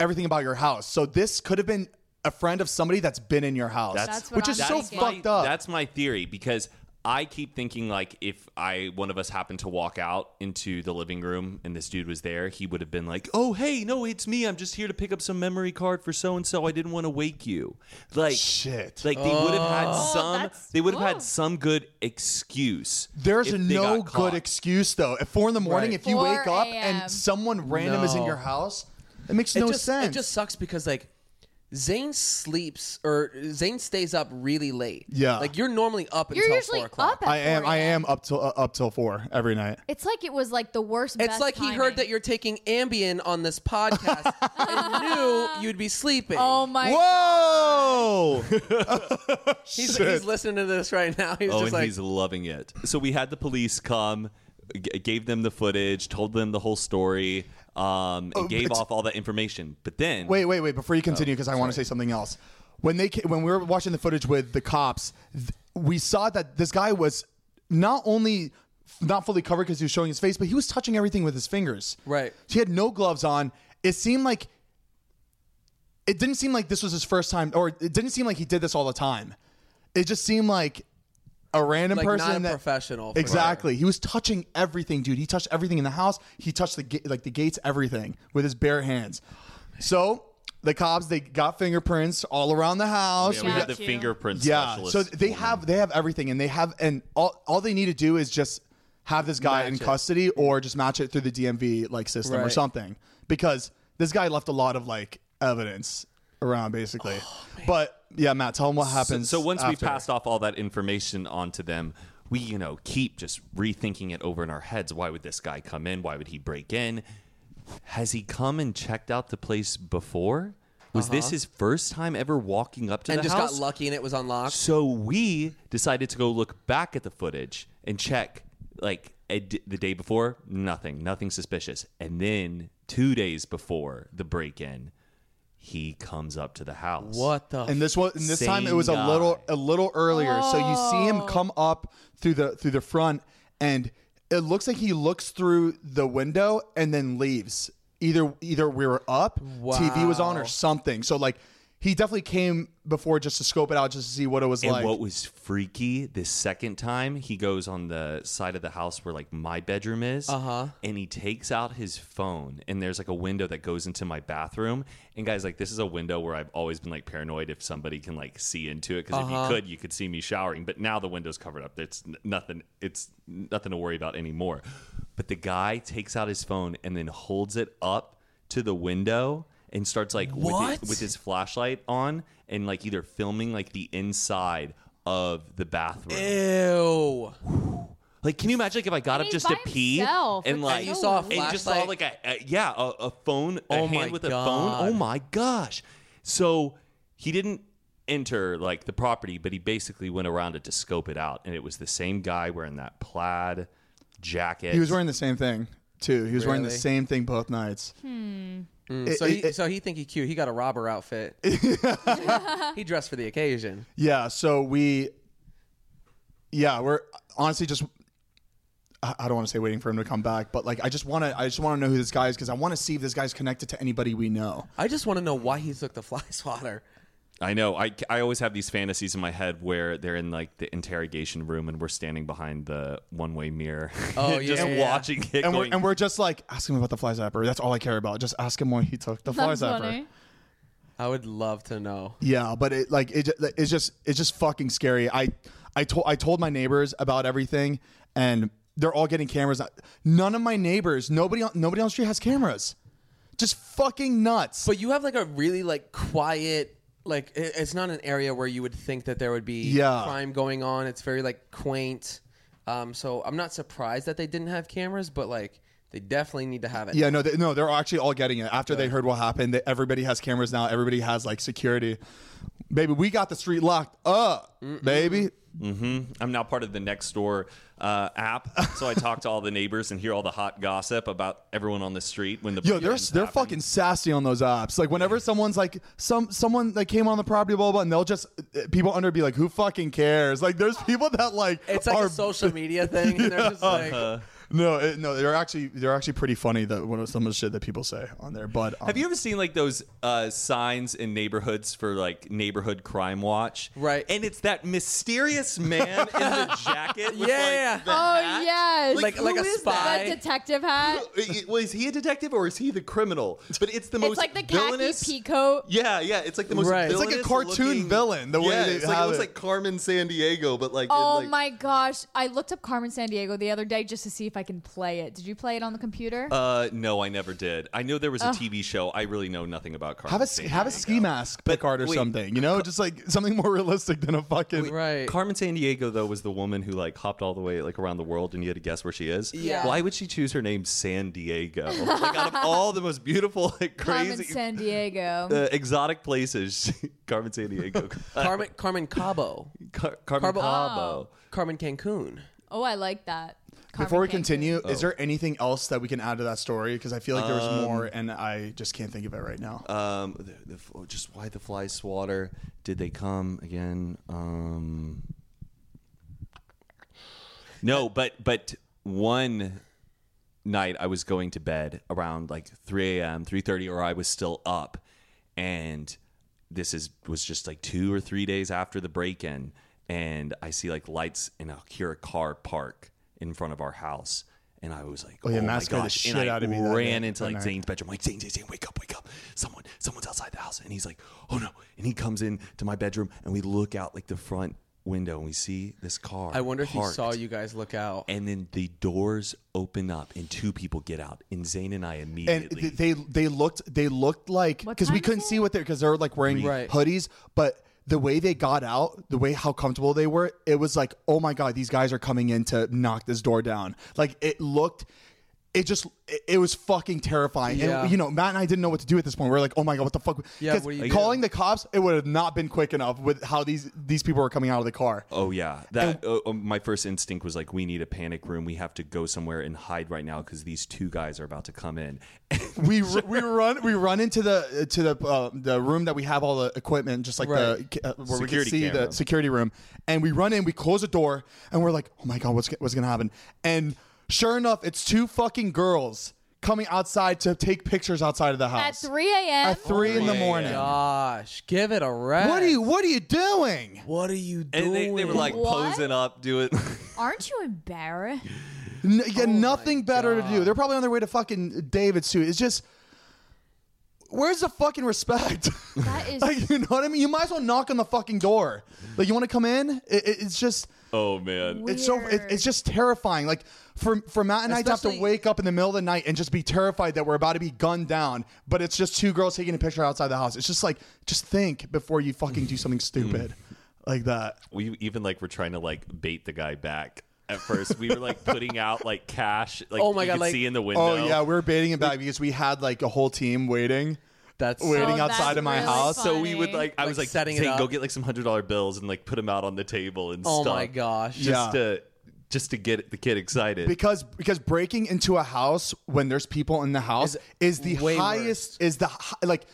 S1: everything about your house. So this could have been a friend of somebody that's been in your house,
S4: That's
S3: what
S1: which
S3: I'm
S1: is so
S3: thinking.
S1: fucked up.
S4: That's my theory because I keep thinking like if I one of us happened to walk out into the living room and this dude was there, he would have been like, "Oh hey, no, it's me. I'm just here to pick up some memory card for so and so. I didn't want to wake you." Like
S1: Shit.
S4: Like they would have had
S1: Oh,
S4: some.
S5: that's-
S4: They would have
S5: oh.
S4: had some good excuse.
S1: There's
S4: if they
S1: no
S4: got caught.
S1: good excuse though. At four in the morning,
S2: Right.
S1: if you
S3: 4
S1: wake up
S3: a.m..
S1: and someone random is in
S2: No.
S1: your house, it makes no
S2: it just,
S1: sense.
S2: It just sucks because like Zane sleeps or Zane stays up really late.
S1: Yeah.
S2: like you're normally up
S3: You're
S2: until
S3: usually
S2: four o'clock.
S3: up at
S1: I am.
S3: 4
S1: I
S3: a.m.
S1: am up till uh, up till four every night.
S3: It's like it was like the worst.
S2: It's
S3: best
S2: like he heard
S3: timing.
S2: that you're taking Ambien on this podcast and knew you'd be sleeping.
S3: Oh my!
S1: Whoa!
S2: he's, he's listening to this right now. He's
S4: Oh,
S2: just
S4: and
S2: like,
S4: he's loving it. So we had the police come, g- gave them the footage, told them the whole story, um, and gave
S1: Oh, it's-
S4: off all that information. But then,
S1: wait, wait, wait! Before
S2: Oh,
S1: you continue, because I want to say something else. When they ca- when we were watching the footage with the cops, th- we saw that this guy was not only f- not fully covered because he was showing his face, but he was touching everything with his fingers.
S2: Right.
S1: He had no gloves on. It seemed like it didn't seem like this was his first time, or it didn't seem like he did this all the time. It just seemed like a random
S2: like
S1: person
S2: not a
S1: that-
S2: professional. for
S1: Exactly. He was touching everything, dude. He touched everything in the house. He touched the ga- like the gates, everything with his bare hands. So the cops they got fingerprints all around the house.
S4: yeah,
S1: We
S4: we had
S1: got-
S4: the
S5: Got you.
S4: fingerprint
S1: yeah.
S4: specialist.
S1: So they have they have everything, and they have and all all they need to do is just have this guy
S2: Match
S1: in
S2: it.
S1: custody or just match it through the DMV like system or
S2: Right.
S1: something because this guy left a lot of like evidence around basically. but yeah, Matt, tell him what happens.
S4: Oh, So, so once
S1: after.
S4: we passed off all that information onto them, we, you know, keep just rethinking it over in our heads. Why would this guy come in? Why would he break in? Has he come and checked out the place before? Was this his first time ever walking up to
S2: Uh-huh. and
S4: the
S2: just
S4: house?
S2: got lucky and it was unlocked.
S4: So we decided to go look back at the footage and check, like, a d- the day before, nothing, nothing suspicious. And then two days before the break in, he comes up to the house.
S2: What the?
S1: and this was and this time it
S4: Same
S1: was
S4: guy.
S1: a little a little earlier so you see him come up through the through the front and it looks like he looks through the window and then leaves either either we were up tv was on or
S2: Wow.
S1: something so like he definitely came before just to scope it out just to see what it was
S4: And
S1: like
S4: what was freaky this second time, he goes on the side of the house where like my bedroom is, uh-huh. and he takes out his phone, and there's like a window that goes into my bathroom. And guys, like this is a window where I've always been like paranoid if somebody can like see into it, because if you could, you could see me showering. But now the window's covered up. It's n- nothing. It's nothing to worry about anymore. But the guy takes out his phone and then holds it up to the window and starts like with it-
S2: What?
S4: with his flashlight on and like either filming like the inside of the bathroom.
S2: Eh. Ew.
S4: Like, can you imagine like, if I got up
S3: he's
S4: just to
S3: by
S4: pee
S3: himself.
S4: and
S3: It's oh,
S4: like
S2: And you saw a
S4: and just saw
S2: flashlight.
S4: like a, a yeah a, a phone a
S2: Oh my
S4: hand with a phone. Oh
S2: God.
S4: my gosh! So he didn't enter like the property, but he basically went around it to scope it out, and it was the same guy wearing that plaid jacket.
S1: he was wearing the same thing too he was wearing the
S2: Really?
S1: same thing both nights It-
S2: Hmm, So
S1: it-
S2: he, so he think he cute. He got a robber outfit. he dressed for the occasion.
S1: Yeah, so we Yeah, we're honestly just I I don't want to say waiting for him to come back, but like I just want to I just want to know who this guy is cuz I want to see if this guy's connected to anybody we know.
S2: I just want to know why he took the fly swatter.
S4: I know. I, I always have these fantasies in my head where they're in like the interrogation room and we're standing behind the one way mirror.
S2: Oh,
S4: just
S2: yeah, yeah.
S4: watching it.
S1: And we're,
S4: going-
S1: and we're just like, ask him about the fly zapper. That's all I care about. Just ask him why he took the fly
S5: That's
S1: zapper.
S5: funny.
S2: I would love to know.
S1: Yeah, but it like it, ju- it's just it's just fucking scary. I I told I told my neighbors about everything, and they're all getting cameras. None of my neighbors, nobody on nobody on the street has cameras. Just fucking nuts.
S2: But you have like a really like quiet like i- it's not an area where you would think that there would be
S1: Yeah.
S2: crime going on. It's very like quaint. Um, so I'm not surprised that they didn't have cameras, but like they definitely need to have it.
S1: yeah, no, they, no, they're actually all getting it after they heard what happened. That everybody has cameras now. Everybody has like security. Baby, we got the street locked up, baby.
S4: I'm now part of the next door uh, app, so I talk to all the neighbors and hear all the hot gossip about everyone on the street when the
S1: Yo, they're
S4: shootings
S1: they're
S4: happen.
S1: fucking sassy on those apps. Like whenever someone's like some someone that came on the property, blah blah, blah and they'll just uh, people under be like, who fucking cares? Like there's people that like
S2: It's like
S1: are-
S2: a social media thing. And they're just like,
S1: no it, no they're actually they're actually pretty funny that what some of the shit that people say on there. But um,
S4: Have you ever seen like those uh, signs in neighborhoods for like neighborhood crime watch?
S2: Right.
S4: and it's that mysterious man in the jacket. With,
S2: Yeah.
S4: like, the
S2: Oh,
S4: hat.
S5: Oh yes,
S2: Like- like
S5: Who
S2: a
S5: is
S2: spy.
S5: That detective hat.
S4: I- I- Was he a detective or is he the criminal? But it's the most
S5: It's like the khaki
S4: villainous.
S5: pea coat.
S4: Yeah, yeah, it's like the most.
S2: Right. It's
S1: like a
S4: villainous
S1: cartoon
S4: looking-
S1: villain, the way
S4: yeah,
S1: they
S4: it's like,
S1: have
S4: it looks
S1: it.
S4: like Carmen San Diego, but like. in,
S5: Oh
S4: like-
S5: my gosh! I looked up Carmen San Diego the other day just to see if I can play it. Did you play it on the computer?
S4: Uh, no, I never did. I know there was a TV show. I really know nothing about Carmen.
S1: um, have a
S4: San
S1: have a ski mask, Picard or
S4: wait.
S1: something? You know, just like something more realistic than a fucking.
S2: right.
S4: Carmen San Diego though was the woman who like hopped all the way like around the world and you had to guess where she is.
S2: Yeah.
S4: Why would she choose her name San Diego? like out of all the most beautiful, like
S5: Carmen
S4: crazy,
S5: San Diego.
S4: uh, exotic places, Carmen San Diego, Uh,
S2: Carmen, Carmen Cabo,
S4: Car- Carmen
S2: Carbo-
S4: Cabo.
S2: Carmen Cancun.
S5: oh, I like that. Carmen
S1: Before we
S5: Cancun.
S1: continue, is
S2: Oh.
S1: there anything else that we can add to that story? Because I feel like there was
S2: Um,
S1: more, and I just can't think of it right
S2: uh,
S1: now.
S4: Um, the, the, oh, just why the flies swatter? Did they come again? Um, no, but but one night I was going to bed around like 3 a.m., 3:30, or I was still up, and this is was just like two or three days after the break-in, and I see like lights and I hear a car park in front of our house. And I was like, "Oh,
S1: yeah,
S4: my
S1: Matt scared the
S4: gosh!"
S1: shit
S4: and I
S1: out of me that
S4: ran
S1: day,
S4: into
S1: that
S4: like
S1: night.
S4: Zane's bedroom, like Zane, Zane, Zane, wake up, wake up! Someone, someone's outside the house, and he's like, "Oh no!" And he comes in to my bedroom, and we look out like the front window, and we see this car.
S2: I wonder if he saw
S4: parked.
S2: you guys look out.
S4: And then the doors open up and two people get out. And Zane and I
S1: and
S4: immediately.
S1: th- they they looked they looked like because we couldn't see what they're because they were like wearing
S2: Right.
S1: hoodies, but the way they got out, the way how comfortable they were, it was like oh my god, these guys are coming in to knock this door down. Like it looked. It just, it- it was fucking terrifying.
S2: Yeah.
S1: And, you know, Matt and I didn't know what to do at this point. We are like, oh my God, what the fuck?
S2: Yeah,
S1: 'Cause
S2: what do you do?
S1: calling the cops, it would have not been quick enough with how these these people were coming out of the car.
S4: oh, yeah. That uh, uh, My first instinct was like, we need a panic room. We have to go somewhere and hide right now because these two guys are about to come in.
S1: we r- we run we run into the to the uh, the room that we have all the equipment, just like
S2: Right.
S1: the uh, where we can
S4: Security
S1: see the
S4: camera.
S1: security room, and we run in, we close the door, and we're like, oh my god, what's go- what's gonna happen? And sure enough, it's two fucking girls coming outside to take pictures outside of the
S5: At
S1: house
S5: 3 a.m.
S1: at three in the morning.
S2: Gosh, give it a rest.
S1: What are you what are you doing?
S2: What are you doing?
S4: And they, they were like
S5: What?
S4: posing up, doing.
S5: Aren't you embarrassed?
S1: N- you got nothing better to do. They're probably on their way to fucking David's too. It's just. Where's the fucking respect?
S5: That is
S1: Like, you know what I mean? You might as well knock on the fucking door. Like, you want to come in? It, it- it's just,
S4: oh, man.
S1: it's so, it, it's just terrifying. Like, for for Matt and I to have
S2: Especially-
S1: to wake up in the middle of the night and just be terrified that we're about to be gunned down. But it's just two girls taking a picture outside the house. It's just like, just think before you fucking do something stupid like that.
S4: we even like were trying to like bait the guy back. At first, we were like putting out like cash. Like,
S2: Oh, my
S4: you
S2: God,
S4: could
S2: like-
S4: see in the window.
S1: Oh yeah, we were baiting it back because we had like a whole team waiting,
S2: That's
S1: waiting
S5: Oh,
S1: outside
S5: that's
S1: of my
S5: really
S1: house.
S4: So we would
S5: funny.
S4: like, I was
S2: Like,
S4: like,
S2: setting it
S4: Zane, go
S2: up.
S4: get like some hundred dollar bills and like put them out on the table and
S2: Oh
S4: stuff.
S2: my gosh.
S4: just to just to get the kid excited.
S1: because because breaking into a house when there's people in the house is,
S2: Is
S1: the
S2: way
S1: highest is the hi- like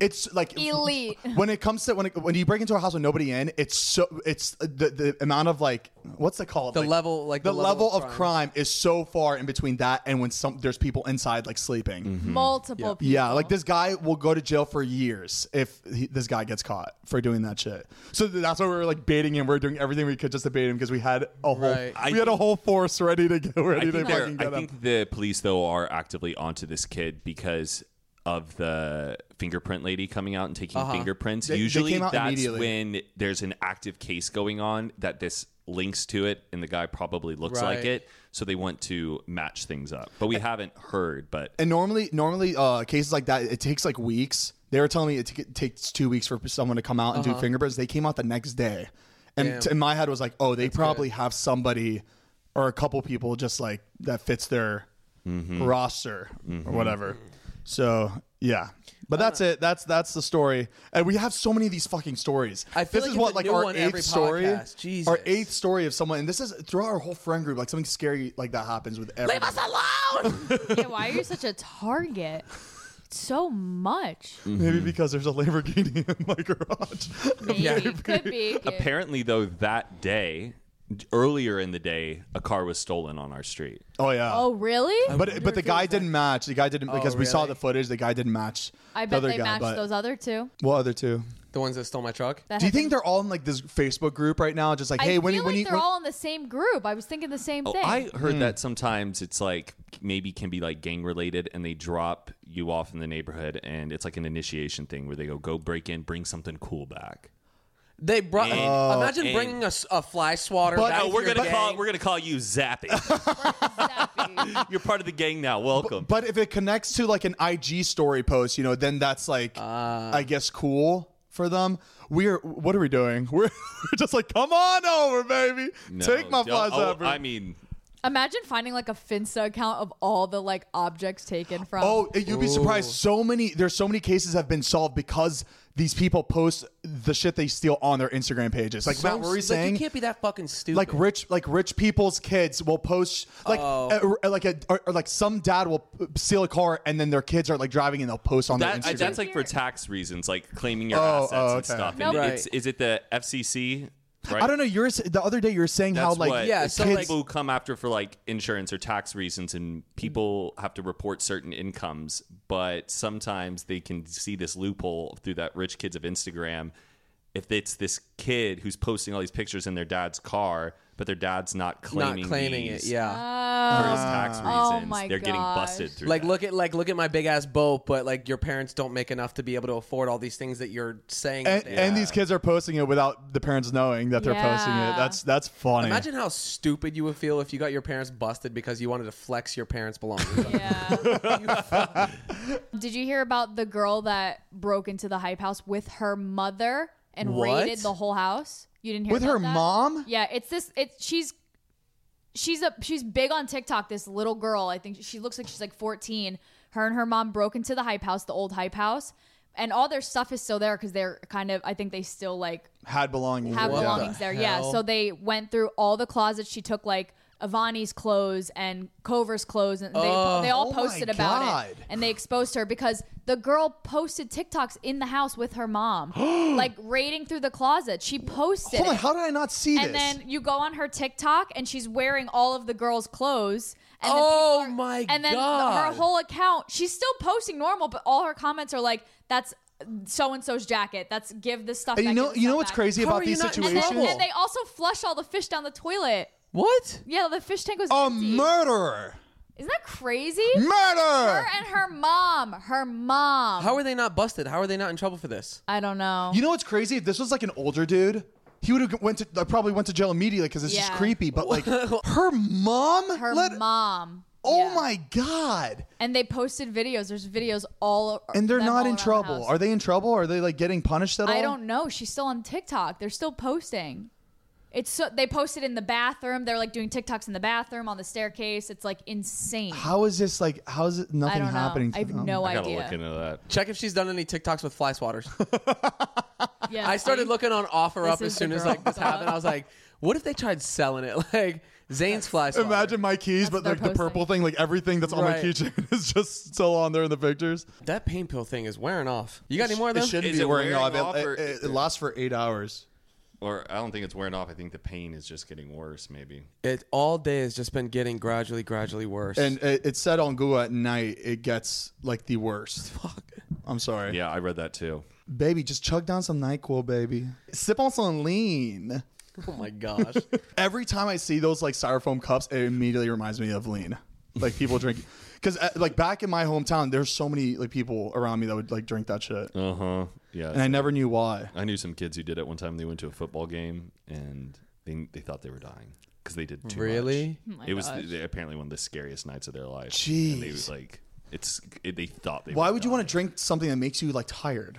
S1: It's like
S3: Elite.
S1: When it comes to when it, when you break into a house with nobody in, it's so it's the the amount of like what's it called?
S2: The
S1: Like,
S2: level- like
S1: the,
S2: the
S1: level,
S2: level
S1: of
S2: of
S1: crime. is so far in between that and when some there's people inside like sleeping.
S3: multiple people.
S1: Yeah, like this guy will go to jail for years if he, this guy gets caught for doing that shit. So th- that's why we were like baiting him. We are doing everything we could just to bait him because we had a whole
S2: Right.
S4: I
S1: we had a whole force ready to go
S4: I
S1: ready to
S4: think, they're-
S1: fucking
S4: I
S1: get him.
S4: think the police though are actively onto this kid because of the fingerprint lady coming out and taking fingerprints.
S1: Uh-huh. They- they
S4: Usually
S1: came out
S4: that's
S1: immediately.
S4: when there's an active case going on that this links to it and the guy probably looks like
S2: Right.
S4: it. So they want to match things up. But we haven't heard, but
S1: And normally, normally uh, cases like that, it takes like weeks. They were telling me it, t- takes two weeks for someone to come out
S2: Uh-huh.
S1: and do fingerprints. They came out the next day, and t- in my head was like, oh, they probably have somebody or a couple people just like that fits their roster or whatever. So yeah, but that's it. That's that's the story. And we have so many of these fucking stories.
S2: I feel
S1: this
S2: like
S1: is
S2: it's
S1: what
S2: a
S1: like
S2: new
S1: our
S2: one
S1: eighth
S2: every
S1: story,
S2: podcast. Jesus.
S1: our eighth story of someone. And this is throughout our whole friend group. Like something scary like that happens with everyone.
S5: Yeah, why are you such a target? So much.
S1: Maybe because there's a Lamborghini in my garage.
S5: Maybe. Could be.
S4: apparently though that day earlier in the day a car was stolen on our street.
S1: oh yeah.
S5: Oh, really?
S1: but but the guy didn't match. The guy didn't because we saw
S2: really?
S1: the footage. The guy didn't match.
S5: I
S1: the
S5: bet
S1: other
S5: they
S1: guy,
S5: matched
S1: but-
S5: those other two.
S1: What other two?
S2: The ones that stole my truck.
S5: That
S1: Do you
S5: had been-
S1: think they're all in like this Facebook group right now? Just like, hey,
S5: I
S1: when
S5: feel
S1: you when
S5: like
S1: you
S5: they're
S1: when-
S5: all in the same group. I was thinking the same
S4: Oh,
S5: thing.
S4: I
S1: Hmm.
S4: heard that sometimes it's like maybe can be like gang related and they drop you off in the neighborhood and it's like an initiation thing where they go go break in bring something cool back.
S2: They brought.
S4: And-
S2: imagine
S4: and-
S2: bringing a, s- a fly swatter.
S1: But,
S2: back
S1: uh,
S2: to
S4: we're
S2: your
S4: gonna call
S2: gang.
S4: we're gonna call you Zappy.
S5: Zappy.
S4: You're part of the gang now. Welcome.
S1: but if it connects to like an IG story post, you know, then that's like
S5: Uh.
S1: I guess cool for them. We're what are we doing? We're, we're just like, come on over, baby.
S4: No,
S1: Take my
S4: don't-
S1: flies
S4: oh,
S1: over.
S4: I mean,
S5: Imagine finding like a Finsta account of all the like objects taken from.
S1: Oh, you'd be surprised. So many there's so many cases have been solved because these people post the shit they steal on their Instagram pages. Like Matt, what were you
S2: Like,
S1: saying?
S2: you can't be that fucking stupid.
S1: like rich, like rich people's kids will post like uh, like a or, or like some dad will steal a car and then their kids are like driving and they'll post on
S4: that,
S1: their
S4: I-
S1: Instagram.
S4: that's like for tax reasons, like claiming your
S1: Oh,
S4: assets
S1: oh,
S4: and
S1: okay.
S4: stuff.
S5: Nope.
S4: And
S2: Right.
S4: it's, is it the FCC? Right?
S1: I don't know. You're s- the other day you were saying
S4: That's
S1: how like
S4: what
S2: Yeah,
S4: it's
S2: so,
S4: people
S2: like-
S4: who come after for like insurance or tax reasons, and people have to report certain incomes, but sometimes they can see this loophole through that rich kids of Instagram. If it's this kid who's posting all these pictures in their dad's car, but their dad's not
S2: not
S4: claiming,
S2: claiming it.
S4: these
S2: Yeah.
S5: Uh,
S4: for his tax reasons,
S5: Oh, my
S4: they're getting
S5: gosh.
S4: busted through.
S2: like
S4: that.
S2: look at like look at my big ass boat, but like your parents don't make enough to be able to afford all these things that you're saying.
S1: and,
S2: that they
S1: and
S2: have.
S1: these kids are posting it without the parents knowing that they're posting it.
S5: Yeah.
S1: That's that's funny.
S2: Imagine how stupid you would feel if you got your parents busted because you wanted to flex your parents' belongings.
S5: Yeah.
S2: You-
S5: Did you hear about the girl that broke into the hype house with her mother and
S2: What?
S5: raided the whole house? You didn't hear
S1: With
S5: about
S1: her
S5: that?
S1: mom?
S5: Yeah, it's this. It's she's she's a she's big on TikTok. This little girl, I think she looks like she's like 14. Her and her mom broke into the hype house, the old hype house, and all their stuff is still there because they're kind of. I think they still like
S1: had belongings.
S5: have
S1: yeah.
S5: belongings there. Yeah.
S2: hell?
S5: So they went through all the closets. She took like Avani's clothes and Cover's clothes, and they, they all
S1: Oh my
S5: posted about
S1: God.
S5: it. And they exposed her because the girl posted TikToks in the house with her mom, like raiding through the closet. She posted.
S1: Hold on,
S5: it.
S1: how did Oh I not see this?
S5: and then you go on her TikTok, and she's wearing all of the girls' clothes. And then
S2: Oh
S5: people
S2: my
S5: And then
S2: God.
S5: her whole account, she's still posting normal, but all her comments are like, "That's so and so's jacket. That's give this stuff."
S1: And you
S5: back, give
S1: know,
S5: this
S1: you know
S5: stuff
S1: what's
S5: back."
S1: crazy
S2: How
S1: about
S2: are
S1: these
S2: you not in
S5: And,
S1: situations?
S5: then,
S2: Trouble.
S5: and they also flush all the fish down the toilet.
S2: what?
S5: Yeah, the fish tank was
S1: a
S5: empty.
S1: murderer,
S5: Isn't that crazy?
S1: murder.
S5: Her and her mom. Her mom.
S2: How are they not busted? How are they not in trouble for this?
S5: I don't know.
S1: You know what's crazy? If this was like an older dude, he would have went to uh, probably went to jail immediately because it's just
S5: Yeah.
S1: creepy. But like her mom,
S5: her
S1: let-
S5: mom.
S1: Oh
S5: Yeah.
S1: my god!
S5: And they posted videos. There's videos all. o-
S1: And they're
S5: them all
S1: not in
S5: around the
S1: trouble.
S5: house.
S1: Are they in trouble? Are they like getting punished at all?
S5: I don't know. She's still on TikTok. They're still posting. It's so they posted in the bathroom. They're like doing TikToks in the bathroom on the staircase. It's like insane.
S1: How is this like? How is it
S5: I
S1: nothing
S5: don't know.
S1: happening?
S5: I have
S1: to them?
S5: no
S4: I gotta
S5: idea.
S4: look into that.
S2: Check if she's done any TikToks with fly swatters.
S5: yeah,
S2: I started
S5: see?
S2: looking on offer up
S5: This
S2: as
S5: is
S2: soon
S5: the
S2: as
S5: girl.
S2: like this happened. I was like, what if they tried selling it? Like Zane's fly swatter.
S1: Imagine my keys,
S5: That's
S1: but like
S5: their
S1: the purple thing, like everything that's on my
S2: Right.
S1: keychain is just still on there in the pictures.
S2: that pain pill thing is wearing off. You got any more of
S1: It
S2: them?
S1: shouldn't
S4: Is
S1: be
S4: it
S1: wearing
S4: wearing
S1: off. It-
S4: off or-
S1: It, it lasts for eight hours.
S4: Or I don't think it's wearing off. I think the pain is just getting worse. Maybe.
S2: It all day has just been getting gradually, gradually worse.
S1: And it, it said on Google at night, it gets like the worst. Fuck. I'm sorry.
S4: Yeah, I read that too.
S1: Baby, just chug down some NyQuil, baby. Sip on some lean.
S2: oh my gosh,
S1: Every time I see those like styrofoam cups, it immediately reminds me of lean. Like people drink. Because uh, like back in my hometown, there's so many like people around me that would like drink that shit.
S4: Uh huh. Yeah.
S1: And I never knew why.
S4: I knew some kids who did it one time. They went to a football game and they they thought they were dying because they did too
S2: Really?
S4: much. Really? it was th- apparently one of the scariest nights of their life. And they
S1: Jeez.
S4: was like, it's it, they thought they.
S1: Why
S4: were
S1: would you want
S4: dying.
S1: to drink something that makes you like tired?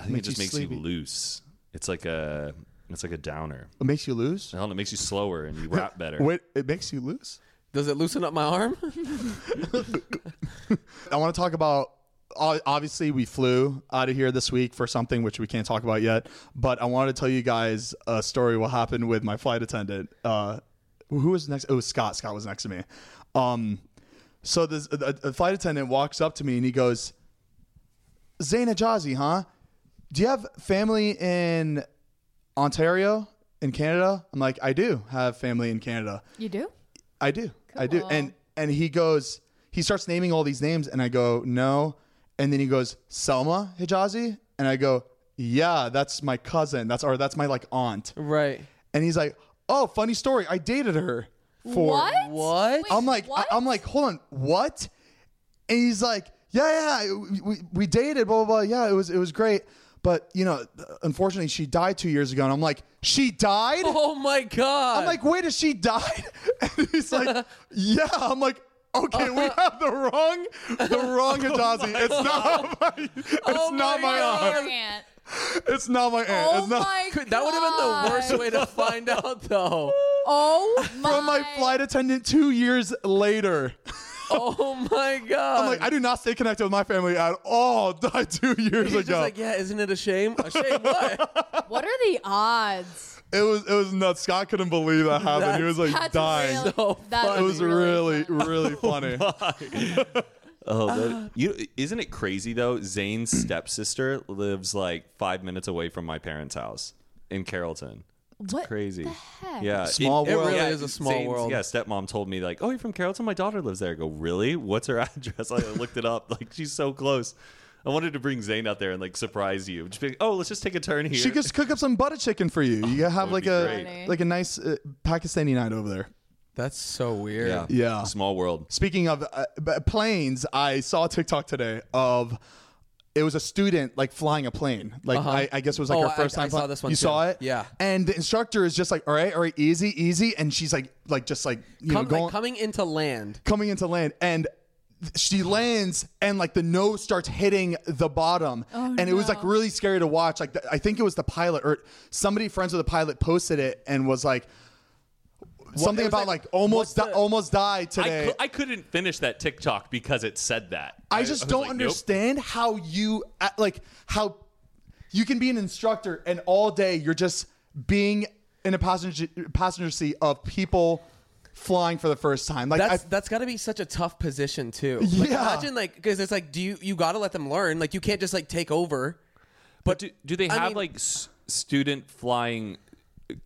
S4: I think it
S1: makes
S4: just
S1: you
S4: makes
S1: sleepy?
S4: you loose. It's like a it's like a downer.
S1: It makes you lose?
S4: I don't know, It makes you slower and you rap better.
S1: Wait, it makes you lose?
S2: does it loosen up my arm?
S1: I want to talk about. o- Obviously, we flew out of here this week for something which we can't talk about yet. But I wanted to tell you guys a story. What happened with my flight attendant? Uh, who was next? It was Scott. Scott was next to me. Um, so this a, a flight attendant walks up to me and he goes, "Zaina Jazi, huh? Do you have family in Ontario in Canada?" I'm like, "I do have family in Canada."
S5: You do?
S1: I do. I do.
S5: Cool.
S1: And and he goes, he starts naming all these names, and I go, no. And then he goes, Selma Hijazi, and I go, yeah, that's my cousin. That's or that's my like aunt.
S2: right.
S1: And he's like, oh, funny story. I dated her for.
S5: What?
S2: What?
S5: Wait,
S1: I'm like,
S5: what?
S1: I, am like, hold on, what? And he's like, yeah, yeah, we, we, we dated, blah blah blah. Yeah, it was it was great, but you know, unfortunately, she died two years ago. And I'm like, she died.
S2: Oh my god.
S1: I'm like, wait, has she died? And he's like, yeah. I'm like, okay, we have the wrong, the wrong Hijazi. it's not my, it's not my aunt.
S5: Your aunt.
S1: It's not my aunt.
S5: Oh
S1: it's not
S5: my
S2: Could- that would have been the worst way to find out, though.
S5: Oh my.
S1: from my flight attendant two years later.
S2: Oh my god.
S1: I'm like, I do not stay connected with my family at all. Died two years
S2: He's just
S1: ago.
S2: like, yeah, isn't it a shame? A shame what?
S5: What are the odds?
S1: it was it was nuts. Scott couldn't believe that happened. He was like
S5: That's
S1: dying.
S5: really-
S2: So
S5: that
S1: It was really, really funny.
S4: Oh, that, you isn't it crazy though? Zane's stepsister lives like five minutes away from my parents' house in Carrollton. It's
S5: What
S4: crazy.
S5: heck?
S4: Yeah,
S1: Small
S4: it- it
S1: world.
S4: really
S2: Yeah,
S4: is a small world. Yeah, stepmom told me like, "Oh, you're from Carrollton. My daughter lives there." I go, "Really? What's her address?" I looked it up. Like, she's so close. I wanted to bring Zane out there and like surprise you. Just be like, "Oh, let's just take a turn here."
S1: She could cook up some butter chicken for you. You have like
S4: be
S1: a
S5: great.
S1: like a nice uh, Pakistani night over there.
S2: That's so weird.
S4: yeah,
S1: Yeah.
S4: Small world.
S1: Speaking of uh, b- planes, I saw a TikTok today of it was a student like flying a plane. Like I, I guess it was like
S2: Oh,
S1: her
S2: I-
S1: first time.
S2: I saw
S1: flying-
S2: this one
S1: You
S2: too.
S1: saw it,
S2: Yeah.
S1: And the instructor is just like, "All right, all right, easy, easy," and she's like, like just like you
S2: Come-
S1: know going
S2: like, coming into land.
S1: coming into land and. th- She lands and like the nose starts hitting the bottom, and it was like really scary to watch. Like the, I think it was the pilot or somebody friends with the pilot posted it and was like something
S2: it was
S1: about
S2: like,
S1: like, almost
S2: what's
S1: di-
S2: the-
S1: almost died
S4: I,
S1: today.
S4: cou- I couldn't finish that TikTok because it said that.
S1: I just
S4: was
S1: don't
S4: like, nope.
S1: understand how you uh, like how you can be an instructor and all day you're just being in a passenger passenger seat of people flying for the first time. Like
S2: That's
S1: I,
S2: that's got to be such a tough position too. Like,
S1: Yeah.
S2: Imagine like because it's like do you you got to let them learn like you can't just like take over.
S4: But do, do they
S2: I
S4: have
S2: mean-
S4: like s- student flying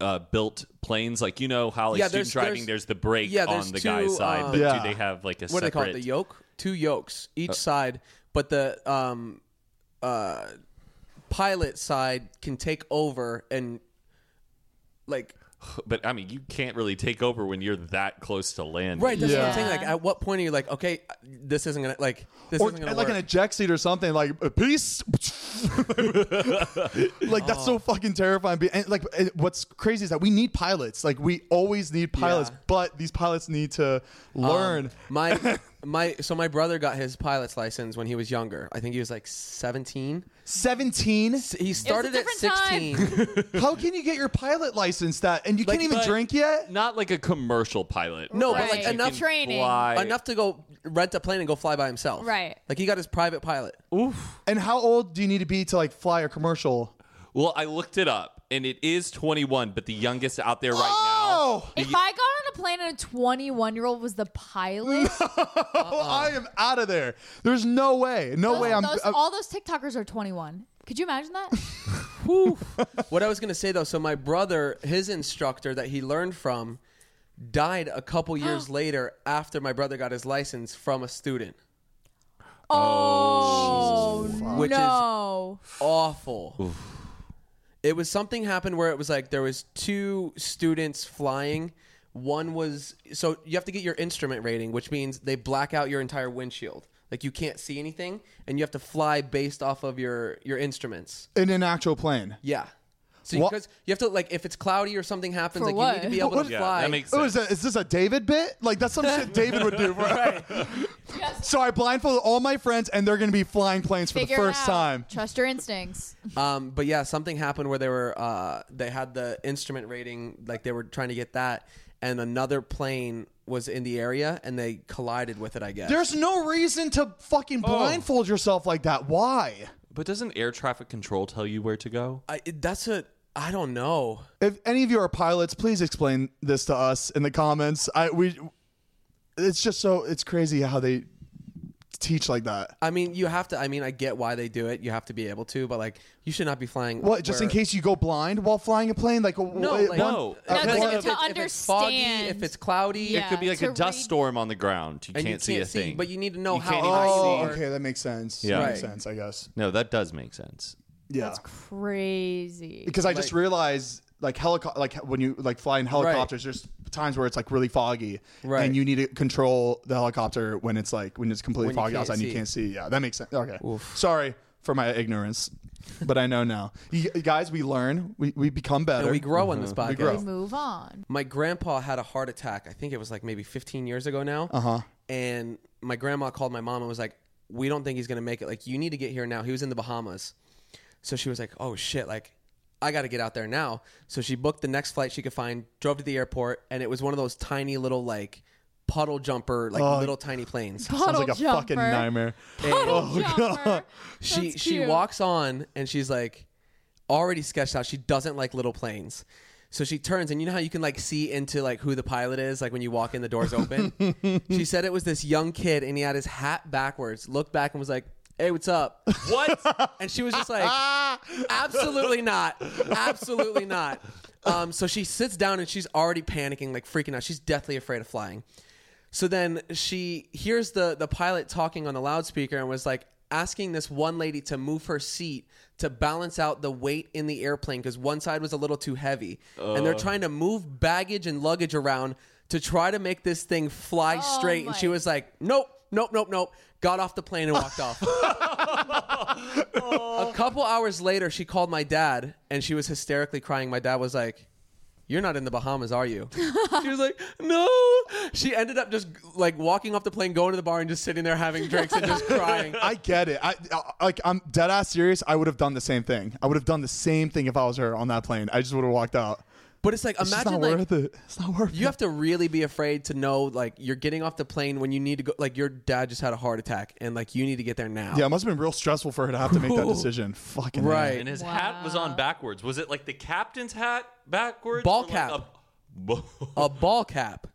S4: uh, built planes? Like you know how like
S2: Yeah,
S4: student
S2: there's-
S4: driving,
S2: there's-
S4: there's, the brake
S2: yeah,
S4: on
S2: there's
S4: the
S2: two,
S4: guy's side.
S2: um,
S4: But
S1: Yeah.
S4: do they have like a
S2: What do they
S4: separate?
S2: call it? The yoke, two yokes each side, but the um uh pilot side can take over and like
S4: But I mean, you can't really take over when you're that close to landing.
S2: right. That's what
S1: Yeah.
S2: I'm saying. Like at what point are you like okay this isn't gonna like this
S1: or
S2: isn't gonna
S1: like
S2: work.
S1: an eject seat or something like a peace. like that's so fucking terrifying. Be- And like it- what's crazy is that we need pilots. Like we always need pilots,
S2: Yeah. Um,
S1: but these pilots need to learn.
S2: my my so my brother got his pilot's license when he was younger. I think he was like 17.
S1: Seventeen.
S2: He started at
S5: different time.
S2: 16.
S1: How can you get your pilot license that and you
S2: Like,
S1: can't even
S2: but-
S1: drink yet?
S4: Not like a commercial pilot.
S2: No,
S4: right?
S2: but like
S4: You
S2: enough
S4: can
S5: Training.
S4: fly-
S2: enough to go rent a plane and go fly by himself.
S5: Right.
S2: Like he got his private pilot.
S1: And how old do you need to be to like fly a commercial?
S4: Well, I looked it up, and it is 21, but the youngest out there right
S1: Oh!
S4: now.
S5: If I got on on the plane and a 21 year old was the pilot.
S4: Uh-uh.
S1: Oh, I am out of there. There's no way. No way. I'm. uh,
S5: Those-
S1: I'm-
S5: all those TikTokers are 21. Could you imagine that?
S2: What I was gonna say though, so my brother, his instructor that he learned from, died a couple years later after my brother got his license from a student.
S5: Oh,
S2: Which is-
S5: no.
S2: Awful. It was something happened where it was like there was two students flying. One was so you have to get your instrument rating, which means they black out your entire windshield. Like you can't see anything, and you have to fly based off of your your instruments.
S1: in an actual plane.
S2: Yeah. So
S1: What-
S2: because you have to like if it's cloudy or something happens,
S5: For
S2: like you
S5: what?
S2: need to be able to
S4: Yeah,
S2: fly.
S4: that makes
S1: Oh, is,
S4: sense.
S1: that, is this a David bit? Like that's some shit David would do, bro. So I blindfolded all my frids and they're gonna be flying planes for
S5: Figure it
S1: the first
S5: out.
S1: time.
S5: Trust your instincts.
S2: Um, but yeah, something happened where they were uh, they had the instrument rating, like they were trying to get that, and another plane was in the area and they collided with it. I guess.
S1: There's no reason to fucking
S4: Oh.
S1: blindfold yourself like that. Why?
S4: But doesn't air traffic control tell you where to go?
S2: I, it- that's a I don't know.
S1: If any of you are pilots, please explain this to us in the comments. I we it's just so it's crazy how they teach like that.
S2: I mean, you have to. I mean, I get why they do it. You have to be able to, but like, you should not be flying.
S1: What, just in
S2: where-
S1: case you go blind while flying a plane? Like,
S2: No,
S1: wh-
S2: like,
S4: No.
S2: uh,
S1: No,
S2: because
S1: to-
S2: if
S5: to
S2: it's- if it's foggy,
S5: understand.
S2: if it's cloudy,
S5: Yeah.
S4: It could be like a
S5: to
S4: dust
S5: read-
S4: storm on the ground. You
S2: Uh, and
S4: can't, see a thing.
S2: but you need to know how.
S4: can't even
S2: high
S4: see.
S2: you
S1: Oh,
S2: are.
S1: okay, that makes sense.
S4: Yeah.
S1: That makes
S2: Right.
S1: sense, I guess.
S4: no, that does make sense.
S1: Yeah.
S5: Crazy.
S1: because I just realized like helicopter like when you like fly in helicopters there's times where it's like really foggy
S2: Right.
S1: and you need to control the helicopter when it's like when it's completely
S2: When you
S1: foggy
S2: can't
S1: outside and you
S2: see.
S1: can't see yeah that makes sense okay sorry for my ignorance but I know now you, you guys we learn we, we become better
S2: And we grow on this podcast.
S1: grow.
S5: Move on.
S2: my grandpa had a heart attack. I think it was like maybe 15 years ago now. Uh huh. And my grandma called my mom and was like, "We don't think he's gonna make it. Like, you need to get here now." He was in the Bahamas, so she was like, "Oh shit! Like, I got to get out there now." So she booked the next flight she could find, drove to the airport, and it was one of those tiny little like puddle jumper, like little tiny planes.
S1: sounds like
S5: Puddle
S1: a fucking
S5: jumper.
S1: nightmare Oh,
S5: Puddle jumper.
S2: she
S5: That's
S2: she
S5: cute.
S2: walks on and she's like already sketched out she doesn't like little planes so she turns and you know how you can like see into like who the pilot is like when you walk in the doors open she said it was this young kid and he had his hat backwards looked back and was like hey what's up
S4: What?
S2: and she was just like absolutely not absolutely not um, so she sits down and she's already panicking like freaking out she's deathly afraid of flying so then she hears the the pilot talking on the loudspeaker and was like asking this one lady to move her seat to balance out the weight in the airplane because one side was a little too heavy and they're trying to move baggage and luggage around to try to make this thing fly straight and she was like nope nope nope nope got off the plane and walked off a couple hours later, she called my dad and she was hysterically crying. My dad was like, You're not in the Bahamas, are you? she was like, No. She ended up just like walking off the plane, going to the bar, and just sitting there having drinks and just crying.
S1: I get it I, I like I'm dead ass serious I would have done the same thing I would have done the same thing if I was her on that plane I just would have walked out
S2: But it's like,
S1: it's just
S2: imagine
S1: not
S2: like,
S1: worth it it's not worth
S2: you
S1: it
S2: have to really be afraid to know like you're getting off the plane when you need to go. Like, your dad just had a heart attack and like you need to get there now.
S1: yeah it must have been real stressful for her to have to make that decision fucking hell.
S2: Right.
S4: And his hat was on backwards. Was it like the captain's hat backwards?
S2: Ball
S4: or like
S2: cap.
S4: a- Bo-
S2: A ball cap.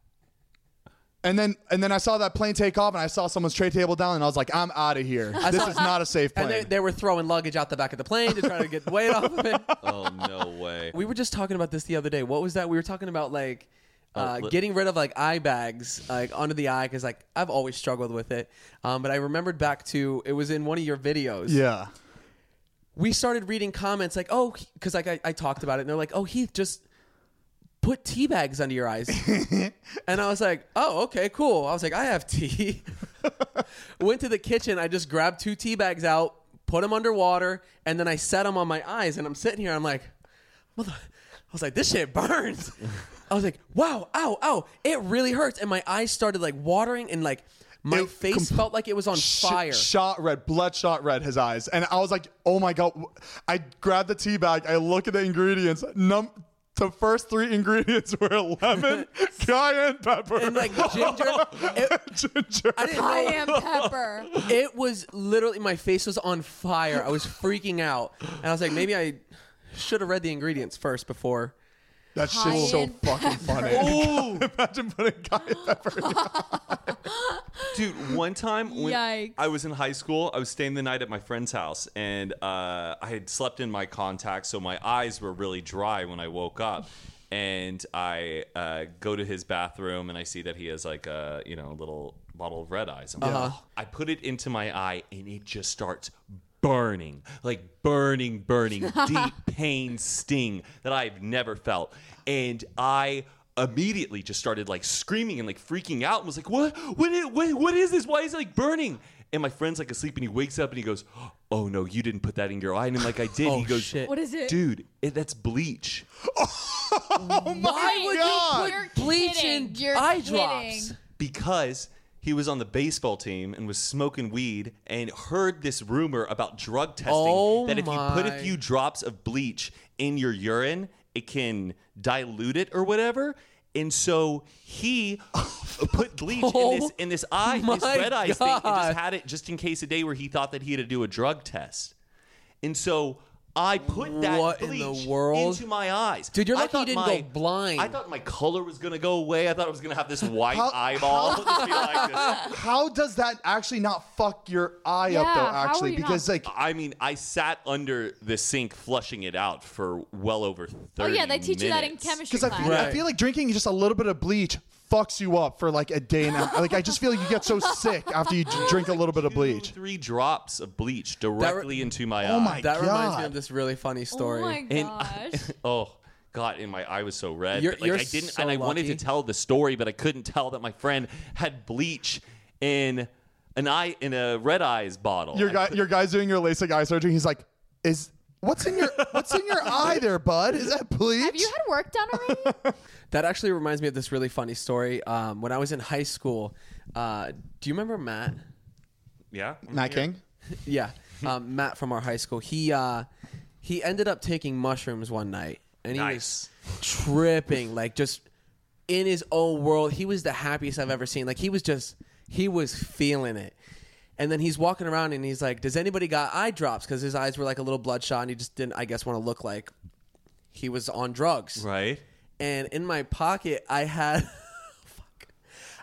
S1: And then and then I saw that plane take off and I saw someone's tray table down and I was like, I'm out of here. this
S2: saw-
S1: is not a safe
S2: And they,
S1: plane.
S2: they were throwing luggage out the back of the plane to try to get weight off of it.
S4: oh no way.
S2: We were just talking about this the other day. What was that? We were talking about like uh,
S4: li-
S2: getting rid of like eye bags, like under the eye, because like I've always struggled with it. Um, but I remembered back to it was in one of your videos.
S1: yeah.
S2: We started reading comments like, oh, because like I, I talked about it, and they're like, oh, Heath, just put tea bags under your eyes. and I was like, oh, okay, cool. I was like, I have tea. Went to the kitchen. I just grabbed two tea bags out, put them underwater, and then I set them on my eyes. And I'm sitting here. I'm like, mother. I was like, this shit burns. I was like, wow, ow, ow, it really hurts. And my eyes started like watering, and like my
S1: It
S2: face
S1: comp-
S2: felt like it was on
S1: Sh-
S2: fire.
S1: shot red, bloodshot red, his eyes. And I was like, oh my God. I grabbed the tea bag. I look at the ingredients. Num- the first three ingredients were lemon, cayenne pepper,
S2: and like ginger, it,
S1: ginger.
S2: I didn't
S5: Cayenne
S2: know
S5: pepper.
S2: it was literally my face was on fire. I was freaking out, and I was like, maybe I should have read the ingredients first before
S1: That shit's so fucking funny. Imagine putting cayenne pepper.
S4: Dude, one time when
S5: Yikes.
S4: I was in high school, I was staying the night at my friend's house, and uh, I had slept in my contacts, so my eyes were really dry when I woke up. And I uh, go to his bathroom, and I see that he has like a you know little bottle of red eyes. I'm like, "Oh." I put it into my eye, and it just starts burning, like burning, burning, deep pain, sting that I've never felt, and I immediately just started like screaming and like freaking out and was like, what? What is, what, what is this? Why is it like burning? And my friend's like asleep and he wakes up and he goes, oh no, you didn't put that in your eye. And I'm like, I did.
S2: Oh,
S4: he goes,
S2: shit.
S5: What is it?
S4: Dude, it, that's bleach.
S1: Oh my
S5: would you
S1: god!
S5: You're
S2: Bleach
S5: kidding.
S2: and
S5: You're
S2: eye
S5: kidding.
S2: drops.
S4: Because he was on the baseball team and was smoking weed and heard this rumor about drug testing
S2: Oh,
S4: that if you put
S2: my.
S4: a few drops of bleach in your urine, it can dilute it or whatever. And so he put bleach in this in this eye, this
S2: Oh my
S4: red eye thing, and
S2: God.
S4: just had it just in case a day where he thought that he had to do a drug test. And so I put that
S2: What in
S4: bleach
S2: the world?
S4: into my eyes.
S2: Dude, you're
S4: I
S2: lucky you
S4: thought
S2: didn't go blind.
S4: I thought my color was gonna go away. I thought I was gonna have this white
S1: How-
S4: eyeball. Just be like this.
S1: How does that actually not fuck your eye
S5: Yeah,
S1: up though?
S5: how are
S1: Actually,
S5: you not-
S1: because like
S4: I mean, I sat under the sink flushing it out for well over thirty.
S5: Oh yeah, they teach you that in
S4: minutes.
S5: chemistry
S1: Because I,
S5: class.
S1: feel I
S2: Right.
S1: feel like drinking just a little bit of bleach fucks you up for like a day and a half. Like I just feel like you get so sick after you d- drink a little bit of bleach.
S4: Two, three drops of bleach directly into my
S1: Oh
S4: eye.
S1: my
S2: That reminds me
S1: God.
S2: of this really funny story.
S5: Oh my
S4: And
S5: gosh.
S4: oh god, and my eye was so red.
S2: You're-
S4: but, like
S2: you're
S4: I didn't,
S2: so
S4: and I wanted to
S2: lucky.
S4: tell the story, but I couldn't tell that my friend had bleach in an eye in a red eyes bottle.
S1: Your
S4: I
S1: guy,
S4: couldn't-
S1: your guy's doing your LASIK eye surgery. He's like, "Is what's in your what's in your eye there, bud? Is that bleach?"
S5: Have you had work done already?
S2: That actually reminds me of this really funny story. Um, when I was in high school, uh, do you remember Matt?
S4: yeah,
S1: Matt King.
S2: Yeah, um, Matt from our high school. He uh, he ended up taking mushrooms one night, and he
S4: nice.
S2: was tripping, like just in his own world. He was the happiest I've ever seen. Like he was just he was feeling it. And then he's walking around and he's like, "Does anybody got eye drops?" Because his eyes were like a little bloodshot, and he just didn't, I guess, want to look like he was on drugs.
S4: Right.
S2: and in my pocket I had fuck.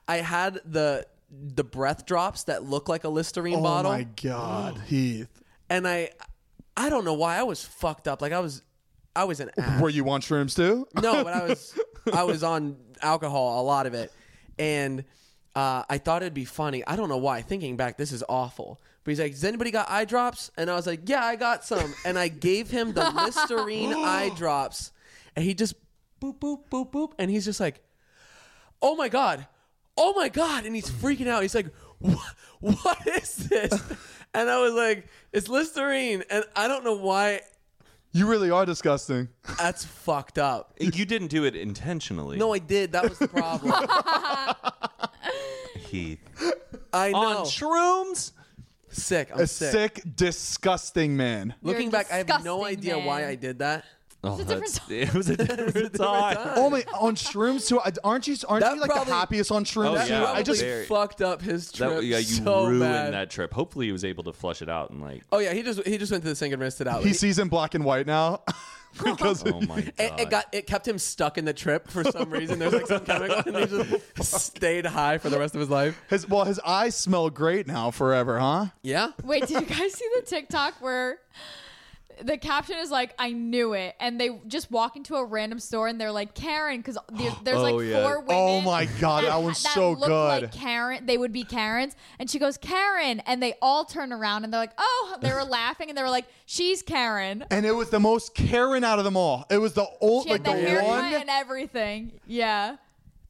S2: I had the the breath drops that look like a Listerine
S1: Oh
S2: bottle
S1: my god, Heath.
S2: and I I don't know why I was fucked up like I was I was an ass.
S1: Were you on shrooms too?
S2: No, but I was I was on alcohol, a lot of it, and uh, I thought it'd be funny. I don't know why. Thinking back, this is awful. But he's like, "Does anybody got eye drops?" And I was like, "Yeah, I got some." And I gave him the Listerine eye drops, and he just boop boop boop boop, and he's just like, "Oh my god, oh my god!" And he's freaking out. He's like, "What, what is this?" And I was like, "It's Listerine," and I don't know why.
S1: You really are disgusting.
S2: That's fucked up.
S4: You didn't do it intentionally.
S2: No, I did. That was the problem.
S4: Heath.
S2: I know.
S4: On shrooms?
S2: sick. I'm
S1: A
S2: sick.
S1: sick, disgusting man.
S2: Looking
S5: You're a
S2: back, I have no
S5: disgusting
S2: idea why
S5: man.
S2: I did that.
S4: Oh,
S5: a different
S4: that's- it was a different time.
S1: Oh my, on shrooms too. I- Aren't you? Aren't
S2: That
S1: you like
S2: probably-
S1: the happiest on shrooms
S4: Oh,
S1: too?
S4: yeah.
S1: I just
S4: Very-
S2: fucked up his trip.
S4: That, yeah, you
S2: so
S4: ruined
S2: bad.
S4: that trip. Hopefully, he was able to flush it out and like.
S2: Oh yeah, he just he just went to the sink and rinsed it out.
S1: he sees in black and white now because
S4: Oh my god!
S2: it, it got it kept him stuck in the trip for some reason. There's like some chemical, and he just stayed high for the rest of his life.
S1: His well, his eyes smell great now forever, huh?
S2: Yeah,
S5: Wait, did you guys see the TikTok where the caption is like, "I knew it," and they just walk into a random store and they're like, "Karen," because there's like
S4: Oh, yeah.
S5: four women.
S1: Oh my god, that
S5: that-
S1: one's
S5: that
S1: so
S5: look
S1: good.
S5: Like Karen, they would be Karens, and she goes Karen, and they all turn around and they're like, oh, they were laughing and they were like, she's Karen.
S1: and it was the most Karen out of them all. It was the old,
S5: She had
S1: like the,
S5: the haircut
S1: one.
S5: and everything. Yeah,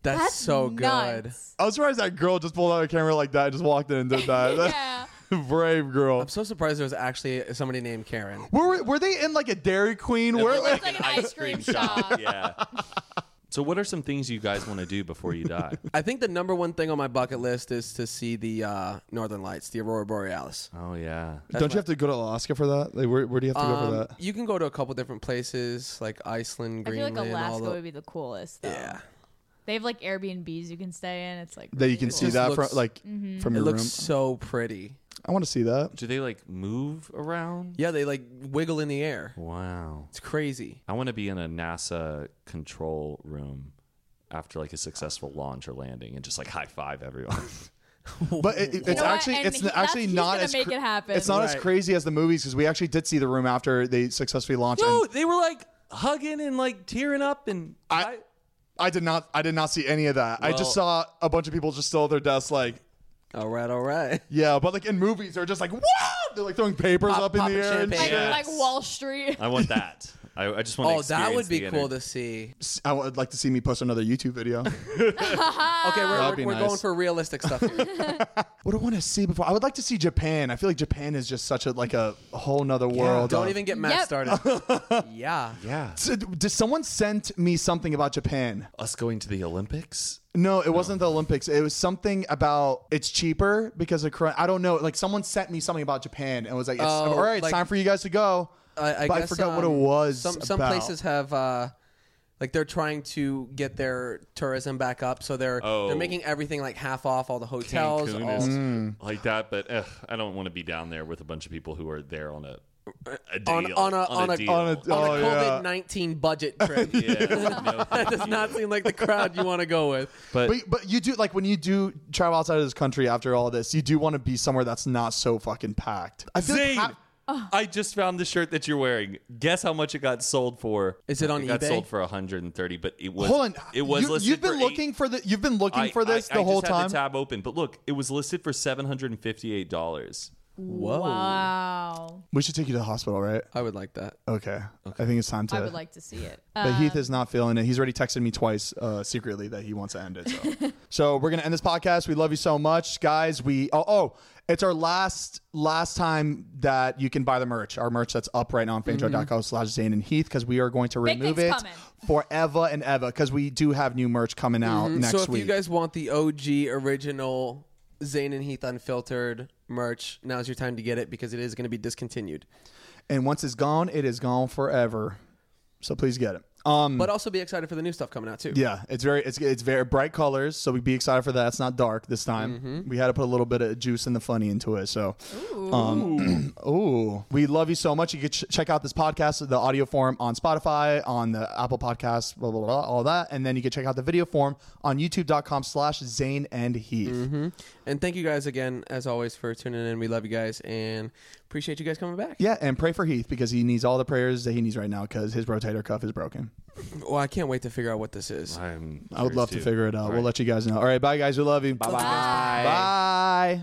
S2: that's,
S5: that's
S2: so good.
S5: nuts.
S1: I was surprised that girl just pulled out a camera like that and just walked in and did that.
S5: Yeah.
S1: Brave girl.
S2: I'm so surprised there was actually somebody named Karen.
S1: Were, were they in like a Dairy Queen? Where,
S5: It's like an ice cream shop.
S4: yeah. So, what are some things you guys want to do before you die?
S2: I think the number one thing on my bucket list is to see the uh, Northern Lights, the Aurora Borealis.
S4: oh yeah.
S1: don't you have to go to Alaska for that? Like, where, where do you have to go for
S2: Um,
S1: that?
S2: You can go to a couple different places like Iceland,
S5: I feel
S2: Greenland,
S5: like
S2: all
S5: Alaska
S2: the,
S5: would be the coolest. Though.
S2: yeah.
S5: they have like Airbnbs you can stay in. It's like
S1: That you
S5: really
S1: can
S5: cool.
S1: see
S2: just
S1: that
S2: looks-
S5: Mm-hmm.
S1: from like from
S2: It
S1: your
S2: looks
S1: room.
S2: so pretty.
S1: I want to see that.
S4: Do they like move around?
S2: Yeah, they like wiggle in the air.
S4: Wow.
S2: It's crazy.
S4: I want to be in a NASA control room after like a successful launch or landing and just like high five everyone.
S1: But it, it's
S5: know what?
S1: actually
S5: And
S1: it's
S5: he-
S1: actually
S5: that's- he's
S1: not
S5: gonna
S1: as
S5: make it happen.
S1: it's not as
S2: Right.
S1: crazy as the movies because we actually did see the room after they successfully launched. and
S4: Dude, they were like hugging and like tearing up and
S1: I I did not I did not see any of that. I
S4: Well-
S1: just saw a bunch of people just still at their desks like
S2: All right, all right.
S1: yeah, but like in movies they're just like wow they're like throwing papers
S2: Pop-
S1: up in
S2: popping
S1: the air. And
S2: champagne.
S5: Like,
S1: shit.
S4: Yeah.
S5: like Wall Street.
S4: I want that. I, I just want to
S2: Oh, that would be
S4: the
S2: cool
S4: ener-
S2: to see.
S1: I would like to see me post another YouTube video.
S5: Uh,
S2: okay, we're,
S1: That'd
S2: we're,
S1: be
S2: we're
S1: nice.
S2: going for realistic stuff. Here.
S1: what do I want to see before? I would like to see Japan. I feel like Japan is just such a like a whole nother world.
S2: Don't
S1: of-
S2: even get Matt
S5: Yep.
S2: started. yeah.
S4: Yeah.
S1: So, did someone sent me something about Japan?
S4: Us going to the Olympics?
S1: No, it wasn't the Olympics. It was something about it's cheaper because of current. I don't know. Like someone sent me something about Japan and was like, it's,
S2: Oh,
S1: "All right,
S2: like-
S1: it's time for you guys to go."
S2: I, I,
S1: but
S2: guess,
S1: I forgot what it
S2: um,
S1: was.
S2: Some some
S1: about.
S2: places have uh, like they're trying to get their tourism back up, so they're
S4: Oh.
S2: they're making everything like half off, all the hotels, all,
S4: Cancun is like that, but ugh, I don't want to be down there with a bunch of people who are there on a a deal,
S2: on on a on a
S4: deal.
S1: on a-
S2: on
S1: Oh,
S2: a
S1: yeah.
S2: COVID nineteen budget trip.
S4: yeah, no,
S2: that does not seem like the crowd you want to go with.
S4: but
S1: But but you do like when you do travel outside of this country after all this, you do want to be somewhere that's not so fucking packed. I feel
S4: Zane,
S1: like ha-
S4: I just found the shirt that you're wearing. Guess how much it got sold for?
S2: Is it on
S4: It got
S2: eBay?
S4: sold for 130, but it was
S1: hold on,
S4: It was
S1: you,
S4: listed
S1: You've been
S4: for
S1: looking
S4: eight-
S1: for the you've been looking
S4: I-
S1: for this
S4: I-
S1: the
S4: I
S1: whole
S4: just
S1: time.
S4: Had the tab open, but look, it was listed for 758 dollars.
S2: Whoa.
S5: Wow.
S1: we should take you to the hospital, right?
S2: I would like that.
S1: Okay, I think it's time to.
S5: I would like uh, to see it.
S1: But Heath is not feeling it. He's already texted me twice uh, secretly that he wants to end it. So, so we're gonna end this podcast. We love you so much, guys. We oh oh, it's our last last time that you can buy the merch. Our merch that's up right now on fanjo.com slash Zane and Heath because we are going to
S5: Mm-hmm. Big
S1: remove it
S5: things coming.
S1: forever and ever because we do have new merch coming out
S5: Mm-hmm.
S1: next
S2: so if
S1: week.
S2: you guys want the OG original Zane and Heath unfiltered merch, now's your time to get it because it is going to be discontinued.
S1: and once it's gone, it is gone forever. So please get it. Um,
S2: But also be excited for the new stuff coming out too.
S1: Yeah, it's very it's it's very bright colors, so we'd be excited for that. It's not dark this time. We had to put a little bit of juice and the funny into it. So, ooh, um, ooh. we love you so much. You could ch- check out this podcast, the audio form on Spotify, on the Apple Podcast, blah blah blah, all that, and then you can check out the video form on YouTube.com/slash Zane and Heath.
S2: Mm-hmm. And thank you guys again, as always, for tuning in. We love you guys and appreciate you guys coming back.
S1: Yeah, and pray for Heath because he needs all the prayers that he needs right now because his rotator cuff is broken.
S2: Well, I can't wait to figure out what this is.
S4: I'm
S1: I would
S4: curious
S1: love
S4: too.
S1: to figure it out. We'll let you guys know. All right, bye guys. We love you. Bye-bye. Bye.